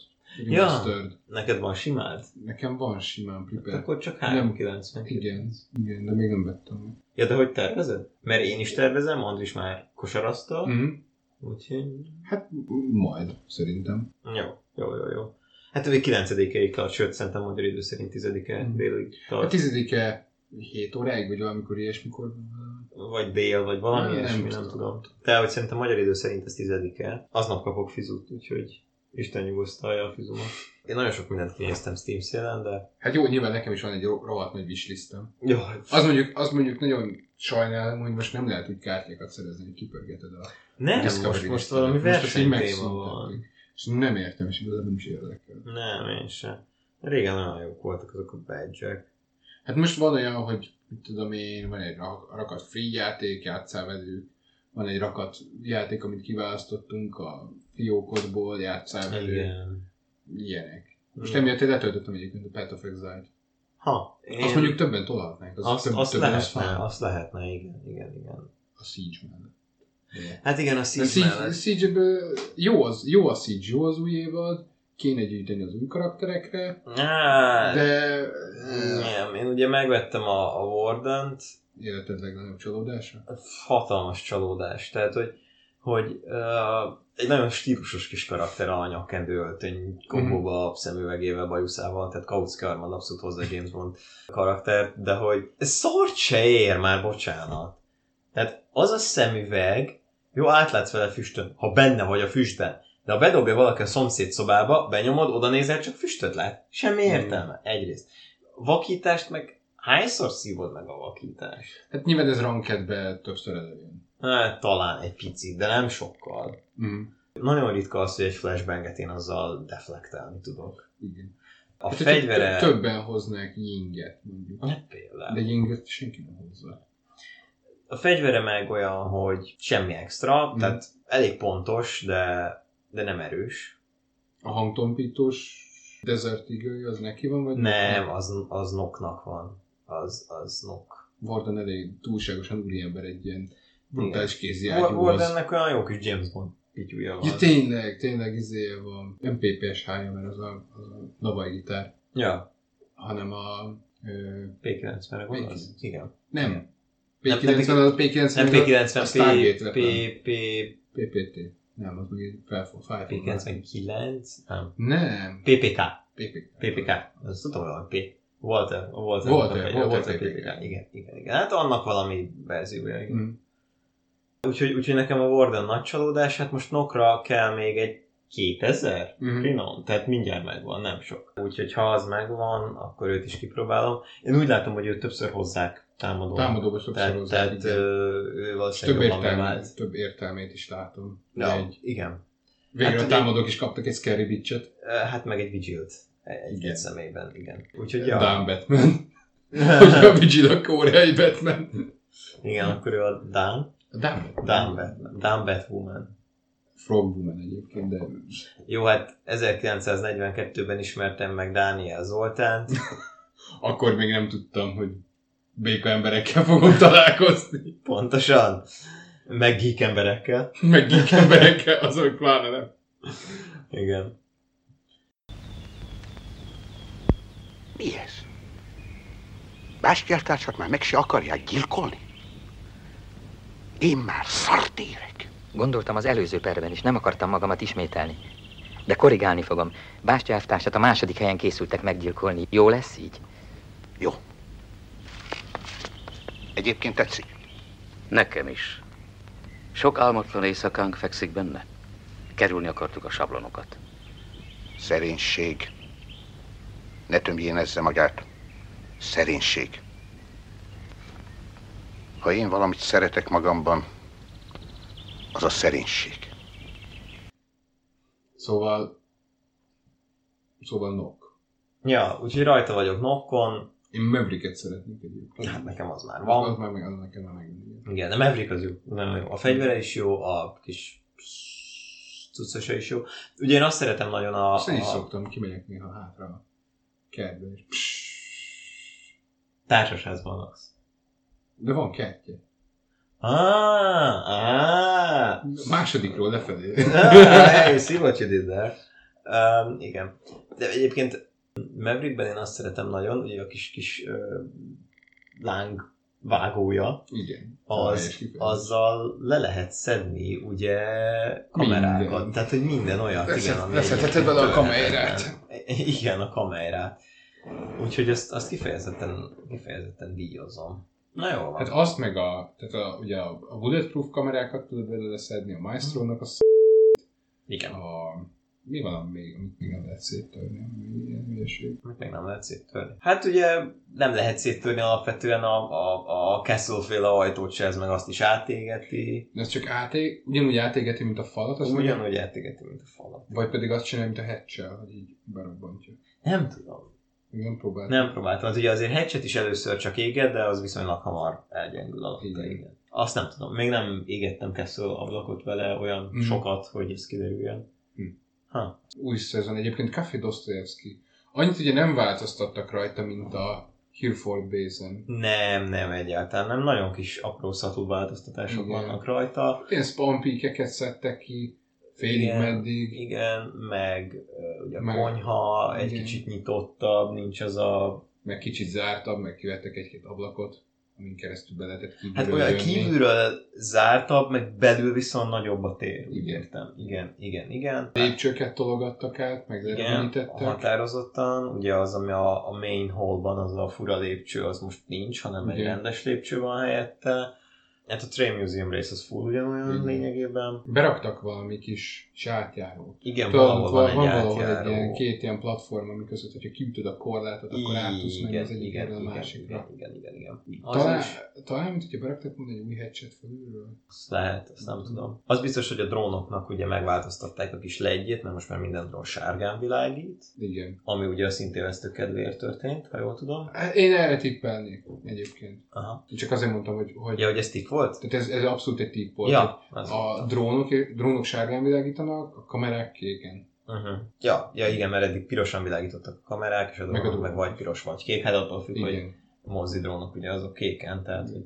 S1: Ja.
S2: Remastered. Ja.
S1: Neked van simád?
S2: Nekem van simán
S1: Hát
S2: prepare.
S1: akkor csak
S2: Nem.
S1: 390.
S2: Igen, igen, de még nem vettem meg.
S1: Ja, de hogy tervezed? Mert én is tervezem, Andris már kosarazta, mm.
S2: Mm.
S1: úgyhogy...
S2: Hát majd, szerintem.
S1: Jó, jó, jó, jó. Hát ugye 9-ig tart, sőt, szerintem magyar idő szerint 10-e
S2: Mm.
S1: délig
S2: A
S1: tart,
S2: tizedike 7 óráig, vagy valamikor ilyesmikor.
S1: vagy dél, vagy valami
S2: Nem
S1: ilyesmi, nem
S2: tudom.
S1: tudom. De hogy szerintem magyar idő szerint ez 10-e, aznap kapok fizut, úgyhogy Isten nyugosztalja a fizumat. Én nagyon sok mindent kinéztem Steam szélen, de...
S2: Hát jó, nyilván nekem is van egy ro- rohadt nagy wishlistem.
S1: Jó,
S2: Az mondjuk, az mondjuk nagyon sajnálom, hogy most nem lehet úgy kártyákat szerezni, hogy kipörgeted a
S1: nem,
S2: Discovery
S1: most, most
S2: listára.
S1: valami
S2: Most ezt így
S1: versenytéma
S2: megszüntették.
S1: van.
S2: És nem értem, és igazából nem is érdekel.
S1: Nem, én sem. Régen nagyon jók voltak azok a badge
S2: Hát most van olyan, hogy mit tudom én, van egy rak- rakat free játék, játszál velük, van egy rakat játék, amit kiválasztottunk a fiókodból, játszál velük,
S1: Igen. Mm.
S2: ilyenek. Most
S1: Igen.
S2: emiatt én letöltöttem egyébként a Path of Exile-t.
S1: Ha. Én...
S2: Azt mondjuk többen tolhatnák, az
S1: azt,
S2: több,
S1: azt
S2: többen
S1: lehetne,
S2: fán.
S1: azt lehetne, igen, igen, igen.
S2: A Siege mellett. Yeah.
S1: Hát igen, a
S2: A
S1: Siege
S2: Siege,
S1: mellett.
S2: Siege jó, az, jó a Siege, jó az új évad, kéne gyűjteni az új karakterekre,
S1: Á,
S2: de
S1: Nem, én ugye megvettem a, a Wardent,
S2: életed legnagyobb csalódása?
S1: hatalmas csalódás, tehát hogy, hogy uh, egy nagyon stílusos kis karakter a nyakkendő öltöny kombóba, mm. szemüvegével, bajuszával, tehát Kautsky Armand abszolút hozzá James Bond karakter, de hogy ez szart se ér már, bocsánat. Tehát az a szemüveg, jó, átlátsz vele füstön, ha benne vagy a füstben, de ha bedobja valaki a szomszéd szobába, benyomod, oda nézel, csak füstöt lát. Semmi értelme, egyrészt. Vakítást meg hányszor szívod meg a vakítást?
S2: Hát nyilván ez rankedbe többször előjön.
S1: Hát, talán egy picit, de nem sokkal.
S2: Mm.
S1: Nagyon ritka az, hogy egy flashbanget én azzal deflektálni tudok.
S2: Igen.
S1: A
S2: Hát,
S1: hát
S2: hogy
S1: fegyvere...
S2: tö- Többen hoznák yinget, mondjuk.
S1: Hát
S2: De
S1: például.
S2: yinget senki nem hozza.
S1: A fegyvere meg olyan, hogy semmi extra,
S2: Mhm.
S1: tehát elég pontos, de, de nem erős.
S2: A hangtompítós Desert Eagle, az neki van, vagy
S1: Nem, az, az noknak van. Az, az nok.
S2: Warden elég túlságosan úriember egy ilyen brutális kézi
S1: Volt
S2: ágyúhoz.
S1: ennek olyan jó kis James Bond pityúja van.
S2: Ja, tényleg, tényleg izé van. Nem PPS hája, mert az a, az a navai gitár,
S1: Ja,
S2: hanem a... Ö,
S1: P90-re gondolsz?
S2: P90.
S1: Igen.
S2: nem.
S1: Nem,
S2: P90,
S1: nem
S2: az a P90,
S1: Nem
S2: a
S1: P90,
S2: Stargate
S1: P... P...
S2: weapon.
S1: P...
S2: PPT. Nem, az meg egy felfog.
S1: P99? Nem.
S2: Nem,
S1: PPK.
S2: PPK.
S1: PPK, azt tudom, hogy van P. Walter, Walter,
S2: Walter,
S1: Walter,
S2: Walter
S1: Walter PPK.
S2: PPK.
S1: Igen, igen, igen. Hát annak valami verziója, igen.
S2: Mm.
S1: Úgyhogy, úgyhogy nekem a Warden nagy csalódás, hát most Nokra kell még egy 2000
S2: Mhm.
S1: finom, tehát mindjárt megvan, nem sok. Úgyhogy ha az megvan, akkor őt is kipróbálom. Én úgy látom, hogy őt többször hozzák támadó.
S2: Támadóba sokszor
S1: tehát,
S2: hozzák,
S1: Tehát
S2: igen.
S1: ö, ő
S2: Több,
S1: valószínűleg jobban
S2: értelmét,
S1: bevált.
S2: több értelmét is látom.
S1: Ja, Hát
S2: Egy,
S1: igen.
S2: végre
S1: Hát,
S2: a támadók is kaptak egy scary bitchet.
S1: Ö, Hát meg egy Vigilt. Egy,
S2: Igen.
S1: egy személyben, igen. Úgyhogy
S2: Ja.
S1: ja.
S2: Dán Batman. Hogy a Vigil a koreai Batman.
S1: Igen, akkor ő a Dán.
S2: A Dán Batman.
S1: Dán Batman. Dán Batwoman.
S2: Frog Woman egyébként, de
S1: Jó, hát 1942-ben ismertem meg Dániel Zoltánt.
S2: akkor még nem tudtam, hogy béka emberekkel fogom találkozni.
S1: Pontosan. Meg geek emberekkel.
S2: Meg geek emberekkel, azok pláne nem.
S1: Igen.
S5: Mi ez? Bástyástársak már meg se akarják gyilkolni? Én már szart érek.
S6: Gondoltam az előző perben is, nem akartam magamat ismételni. De korrigálni fogom. Bástya elvtársat a második helyen készültek meggyilkolni. Jó lesz így?
S5: Jó. Egyébként tetszik.
S7: Nekem is. Sok álmatlan éjszakánk fekszik benne. Kerülni akartuk a sablonokat.
S5: Szerénység. Ne tömjén ezzel magát. Szerénység. Ha én valamit szeretek magamban, az a szerénység.
S2: Szóval... Szóval nok.
S1: Ja, úgyhogy rajta vagyok Nokkon.
S2: Én Mavericket szeretnék egyébként.
S1: Hát nekem az már
S2: Az
S1: van.
S2: már meg, az nekem már megint.
S1: Igen, de Maverick az jó. Nagyon jó. A fegyvere is jó, a kis cuccosa is jó. Ugye én azt szeretem nagyon a...
S2: Azt én is
S1: a
S2: szoktam, kimegyek néha hátra a kertbe. és
S1: társasházban laksz.
S2: De van kertje.
S1: Ah, ah,
S2: Másodikról lefelé.
S1: Ah, hey, see what you did there. Um, igen. De egyébként Maverickben én azt szeretem nagyon, ugye a kis kis uh, láng vágója,
S2: Igen. Teljes
S1: az,
S2: kifejezés.
S1: azzal le lehet szedni ugye kamerákat,
S2: Minden.
S1: tehát hogy minden olyat,
S2: Leszed-
S1: igen, ami
S2: leszedheted
S1: egyébként
S2: bele a
S1: tőlehetetlen.
S2: kamerát.
S1: Igen, a kamerát. Úgyhogy azt, azt kifejezetten, kifejezetten díjazom. Na jó van.
S2: Hát azt meg a, tehát a, ugye a, a bulletproof kamerákat tudod belőle leszedni, a maestro a, sz-
S1: igen,
S2: a mi van a még, amit még nem lehet széttörni, ami ilyen hülyeség.
S1: Mit Meg nem lehet széttörni. Hát ugye nem lehet széttörni alapvetően a, a, a Castle-féle ajtót se, ez meg azt is átégeti.
S2: De ez csak áté, ugyanúgy átégeti, mint a falat, az meg,
S1: Ugyanúgy átégeti, mint a falat.
S2: vagy pedig azt csinálja, mint a hatch hogy így berobbantja.
S1: Nem tudom.
S2: Még nem próbált.
S1: Nem próbáltam. Az ugye azért hatchet is először csak éget, de az viszonylag hamar elgyengül alatta.
S2: Igen.
S1: Igen. igen. Azt nem tudom. Még nem égettem Castle ablakot vele olyan
S2: Mm. Hm.
S1: mm. sokat, hogy ez kiderüljön.
S2: Új szezon, egyébként Café Dostoyevsky. Annyit ugye nem változtattak rajta, mint a Hereford Basin.
S1: Nem, nem egyáltalán. Nem nagyon kis apró szatú változtatások
S2: Igen.
S1: igen. vannak rajta.
S2: Ilyen spawn peak-eket szedtek ki, félig
S1: Igen.
S2: meddig.
S1: Igen, meg ö, ugye a
S2: Meg-
S1: konyha egy
S2: igen.
S1: kicsit nyitottabb, nincs az a
S2: meg kicsit zártabb, meg kivettek egy-két ablakot, amin keresztül be lehetett kívülről
S1: Hát olyan
S2: jönni.
S1: kívülről zártabb, meg belül viszont nagyobb a tér. Úgy
S2: Igen.
S1: értem. Igen, igen, igen. Hát
S2: Lépcsőket tologattak át, meg
S1: Igen,
S2: leremenítettek.
S1: határozottan. Ugye az, ami a, a main hallban, az a fura lépcső, az most nincs, hanem egy
S2: Igen.
S1: rendes lépcső van helyette. Hát a Train Museum rész az full ugyanolyan
S2: Igen.
S1: lényegében.
S2: Beraktak valami kis sátjárót.
S1: Igen,
S2: Tudod,
S1: valahol
S2: ott
S1: van egy
S2: van valahol egy
S1: átjáró.
S2: ilyen, két ilyen platform, ami között, hogyha kiütöd a korlátot, akkor át tudsz menni az egyik
S1: igen,
S2: erről a
S1: igen,
S2: másikra.
S1: igen, igen, igen, igen. Az
S2: Talán,
S1: is
S2: talán, mint hogyha beraktak volna egy új hatchet fölülről.
S1: Azt lehet, azt nem tudom. Az biztos, hogy a drónoknak ugye megváltoztatták a kis legyét, mert most már minden drón sárgán világít,
S2: Igen.
S1: ami ugye a szintévesztő kedvéért történt, ha jól tudom.
S2: Hát Én erre tippelnék egyébként.
S1: Aha.
S2: Csak azért mondtam, hogy... hogy
S1: Ja, hogy ez tip volt?
S2: Tehát ez, ez abszolút egy tipp volt.
S1: Ja, az
S2: A drónok, drónok sárgán világítanak, a kamerák kéken.
S1: Uh-huh. Ja, ja, igen, mert eddig pirosan világítottak a kamerák, és a
S2: a
S1: drónok meg,
S2: drónok.
S1: vagy piros, vagy kék. Hát attól függ, hogy
S2: Igen.
S1: a mozi drónok ugye azok kéken, tehát hogy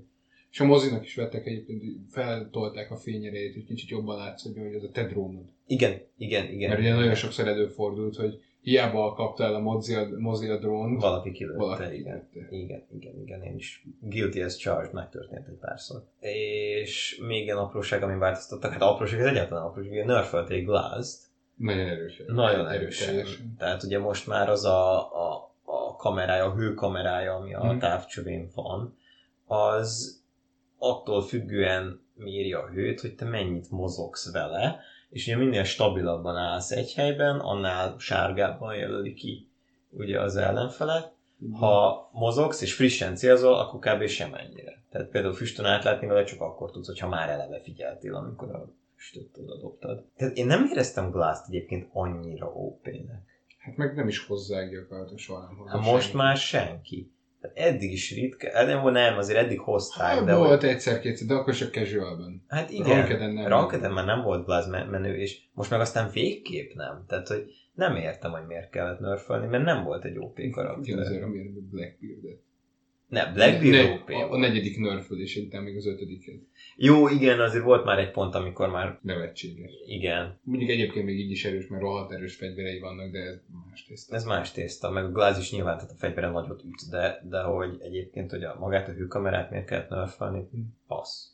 S2: És a mozinak is vettek egyébként, feltolták a fényerejét, hogy kicsit jobban látszódjon, hogy az a te drónod.
S1: igen, igen, igen.
S2: Mert ugye nagyon sokszor előfordult, hogy hiába kaptál a mozi a, mozi a drónt,
S1: Valaki kilőtte,
S2: valaki
S1: igen.
S2: kitette.
S1: Igen, igen, igen, én is. Guilty as charged megtörtént egy párszor. És még ilyen apróság, amin változtattak, hát apróság, ez egyáltalán apróság, ugye nerfelték Glass-t,
S2: Nagyon erősen.
S1: nagyon erősen. Tehát ugye most már az a, a, a kamerája, a hőkamerája, ami a
S2: Mhm.
S1: távcsövén van, az attól függően mérje a hőt, hogy te mennyit mozogsz vele, és ugye minél stabilabban állsz egy helyben, annál sárgában jelöli ki ugye az ellenfelet, ha mozogsz és frissen célzol, akkor kb. semennyire. Tehát például füstön átlátni vele csak akkor tudsz, hogyha már eleve figyeltél, amikor a füstöt oda dobtad. Tehát én nem éreztem Glass-t egyébként annyira OP-nek.
S2: Hát meg nem is hozzák gyakorlatilag soha nem hozzá
S1: Hát most
S2: senki.
S1: már senki. Tehát eddig is ritka, hát nem, nem, azért eddig hozták,
S2: Hát,
S1: de
S2: de volt egyszer-kétszer, de akkor csak casualben.
S1: hát igen,
S2: Rankeden nem.
S1: Rankeden már nem volt Glass men- menő, és most meg aztán végképp nem. Tehát, hogy nem értem, hogy miért kellett nörfölni, mert nem volt egy OP
S2: Ugyanazért,
S1: karakter.
S2: amiért Blackbeard-et.
S1: Ne, Blackbeard OP.
S2: ne, a, a
S1: volt.
S2: negyedik nörfölés, de még az ötödiket.
S1: Jó, igen, azért volt már egy pont, amikor már
S2: Nevetséges.
S1: igen,
S2: Mondjuk egyébként még így is erős, mert rohadt erős fegyverei vannak, de ez más tészta.
S1: ez más tészta, meg a gláz is nyilván, tehát a fegyvere nagyot üt, de, de hogy egyébként, hogy a, magát a hőkamerát miért kellett nerfelni,
S2: Hm.
S1: passz.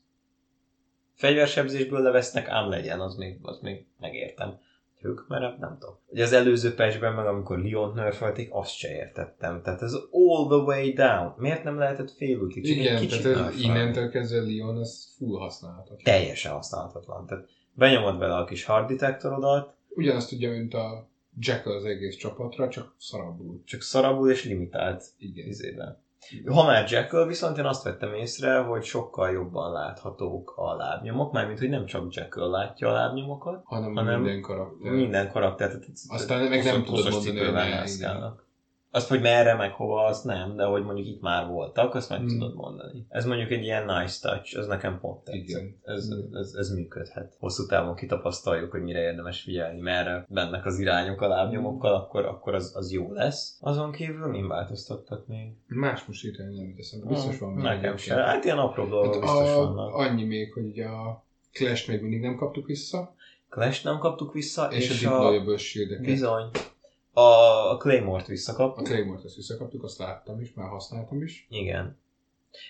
S1: Fegyversebzésből levesznek, ám legyen, az még, az még megértem. Hőkamera, nem tudom. Ugye az előző patchben meg, amikor Leon nerfelték, azt se értettem. Tehát ez all the way down. Miért nem lehetett félútig? Csak egy
S2: Igen,
S1: kicsit
S2: tehát ez,
S1: nerfelni.
S2: innentől kezdve Leon az full használhatatlan.
S1: Teljesen használhatatlan. Tehát benyomod vele a kis hard detektorodat,
S2: Ugyanazt tudja, mint a Jackal az egész csapatra, csak szarabbul.
S1: csak szarabul és limitált
S2: Igen.
S1: izében. Ha már Jackal, viszont én azt vettem észre, hogy sokkal jobban láthatók a lábnyomok, mármint, hogy nem csak Jackal látja a lábnyomokat,
S2: Hanem,
S1: Hanem
S2: minden karakter.
S1: minden karakter. Tehát,
S2: Aztán meg nem tudod mondani, hogy ne,
S1: hogy
S2: igen.
S1: Azt, hogy merre, meg hova, azt nem, de hogy mondjuk itt már voltak, azt meg
S2: Mm.
S1: tudod mondani. Ez mondjuk egy ilyen nice touch, ez nekem pont tetszett.
S2: Igen. Hmm.
S1: Ez, ez, ez, működhet. Hosszú távon kitapasztaljuk, hogy mire érdemes figyelni, merre mennek az irányok a
S2: Hmm.
S1: lábnyomokkal, akkor, akkor az, az jó lesz. Azon kívül mi változtattak még?
S2: Más most írtani nem jut eszembe, biztos van. még
S1: Mm, Nekem
S2: egyébként.
S1: sem. Hát ilyen apró dolgok
S2: Hát
S1: biztos
S2: a,
S1: vannak.
S2: annyi még, hogy ugye a Clash még mindig nem kaptuk vissza,
S1: Clash nem kaptuk vissza,
S2: és,
S1: Hát, és,
S2: a
S1: a...
S2: Deployable shield
S1: Bizony. A, a Claymore-t
S2: A
S1: visszakaptuk.
S2: Claymore-t ezt visszakaptuk, azt láttam is, már használtam is.
S1: Igen.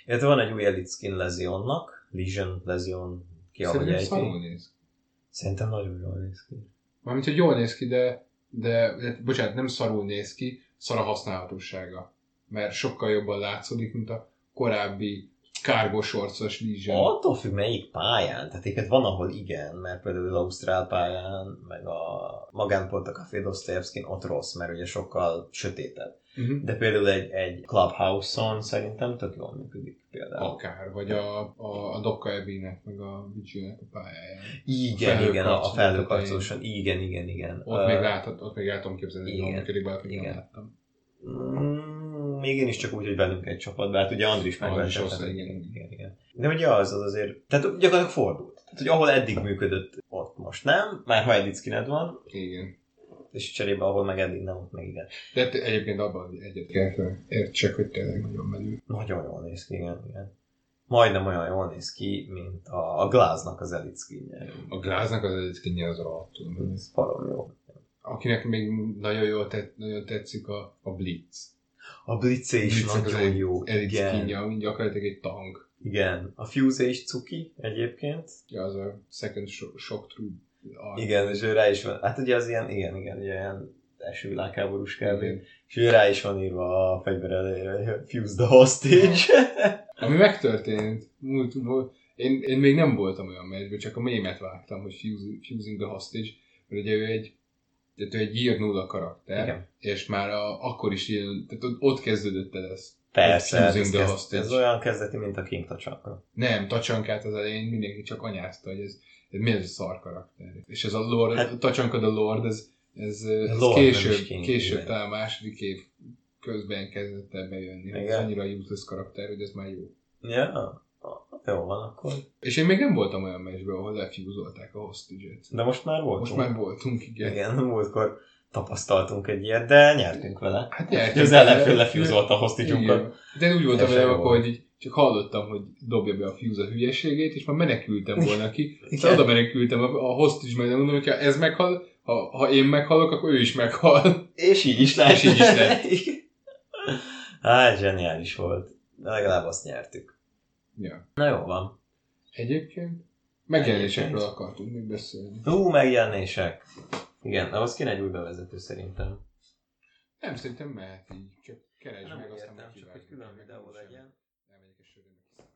S1: Illetve van egy új Elite Skin Lezionnak, Legion, Lezion, ki ahogy
S2: Szerintem
S1: ejti.
S2: szarul néz ki.
S1: Szerintem nagyon jól néz ki.
S2: Mármint, hogy jól néz ki, de, de, de bocsánat, nem szarul néz ki, szar a használhatósága. Mert sokkal jobban látszódik, mint a korábbi kárgosorcos Legion.
S1: Attól függ, melyik pályán. Tehát éket van, ahol igen, mert például az Ausztrál pályán, meg a magánpont a Café Dostoyevskin ott rossz, mert ugye sokkal sötétebb.
S2: Uh-huh.
S1: De például egy, egy Clubhouse-on szerintem tök jól működik például.
S2: Akár, vagy a, a, a Dokka Ebinek, meg a Vigilnek a pályáján.
S1: Igen, igen, a, a
S2: felhőkarcoló
S1: felhőkarcolóson. Igen, igen, igen.
S2: Ott,
S1: Ö,
S2: még, láthat, ott még el tudom képzelni, hogy
S1: igen,
S2: jól működik, bár még nem
S1: igen.
S2: láttam.
S1: Mm, még én is csak úgy, hogy bennünk egy csapat, de hát ugye Andris meg
S2: Andris
S1: Andris
S2: osztály, igen.
S1: igen, igen, igen. De ugye az, az azért, tehát gyakorlatilag fordult. Tehát, hogy ahol eddig működött, ott most nem, már ha eddig skined van,
S2: Igen.
S1: és cserébe ahol meg eddig nem, ott meg igen.
S2: De te- egyébként abban egyet kell értsek, hogy tényleg nagyon menő.
S1: Nagyon jól néz ki, igen, igen. Majdnem olyan jól néz ki, mint a, a Gláznak az elit skinje.
S2: A Gláznak az egyébként az rohadtul menő.
S1: Ez parom jó.
S2: Akinek még nagyon jól tett, nagyon tetszik a, a Blitz.
S1: A Blitze is
S2: Blitznek az
S1: nagyon
S2: egy-
S1: jó.
S2: Elit
S1: Igen,
S2: skinja, ami gyakorlatilag egy tank.
S1: igen. A Fuse is cuki egyébként.
S2: Ja, az a second so- shock troop. arc.
S1: Igen, és ő rá is van. Hát ugye az ilyen, igen, igen, ugye ilyen első világháborús kb.
S2: Igen.
S1: És ő rá is van írva a fegyver elejére, hogy fuse the hostage.
S2: Ami megtörtént. Múlt, múlt, én, én még nem voltam olyan meccsben, csak a mémet vágtam, hogy fusing, fusing the hostage, mert ugye ő egy, tehát ő egy ír nulla karakter,
S1: Igen.
S2: és már a, akkor is ilyen, tehát ott- ott kezdődött el ez.
S1: Persze, ez,
S2: Fusing
S1: ez,
S2: the
S1: kezd,
S2: hostage.
S1: ez olyan kezdeti, mint a King Tachanka.
S2: Nem, tacsankát az elején mindenki csak anyázta, hogy ez, ez mi ez a szar karakter. És ez a Lord,
S1: Hát-
S2: hát, Tacsanka the Lord, ez, ez, ez
S1: Lord, nem is
S2: később,
S1: King,
S2: később
S1: igen.
S2: talán második év közben kezdett el bejönni. hogy Ez
S1: Igen.
S2: annyira useless karakter, hogy ez már jó.
S1: Ja, jó van akkor.
S2: És én még nem voltam olyan meccsben, ahol lefjúzolták a hostage-et.
S1: De most már voltunk.
S2: Most már voltunk, igen. igen.
S1: Igen, múltkor tapasztaltunk egy ilyet, de nyertünk vele.
S2: Hát
S1: Ugye Az ellenfél lefűzolt a hostage
S2: Igen. De én úgy voltam
S1: Teljesen
S2: vele,
S1: jó
S2: akkor,
S1: volt.
S2: hogy így csak hallottam, hogy dobja be a fuse a hülyeségét, és már menekültem volna ki. Aztán
S1: Igen.
S2: oda menekültem a, a hostage mellé, mondom, hogy ha ez meghal, ha, ha én meghalok, akkor ő is meghal.
S1: És így is lett.
S2: És így is lett.
S1: Igen. Hát, zseniális volt. De legalább azt nyertük.
S2: Ja.
S1: Na jó van.
S2: Egyébként megjelenésekről
S1: Egyébként.
S2: akartunk még beszélni.
S1: Hú, megjelenések. Igen, de az kéne egy új bevezető szerintem.
S2: Nem, szerintem mehet így, csak keresd
S1: Nem
S2: meg aztán
S1: értem, csak
S2: kivágjuk.
S1: hogy külön videó legyen.
S2: Elmegyek és sörömet kiszállok.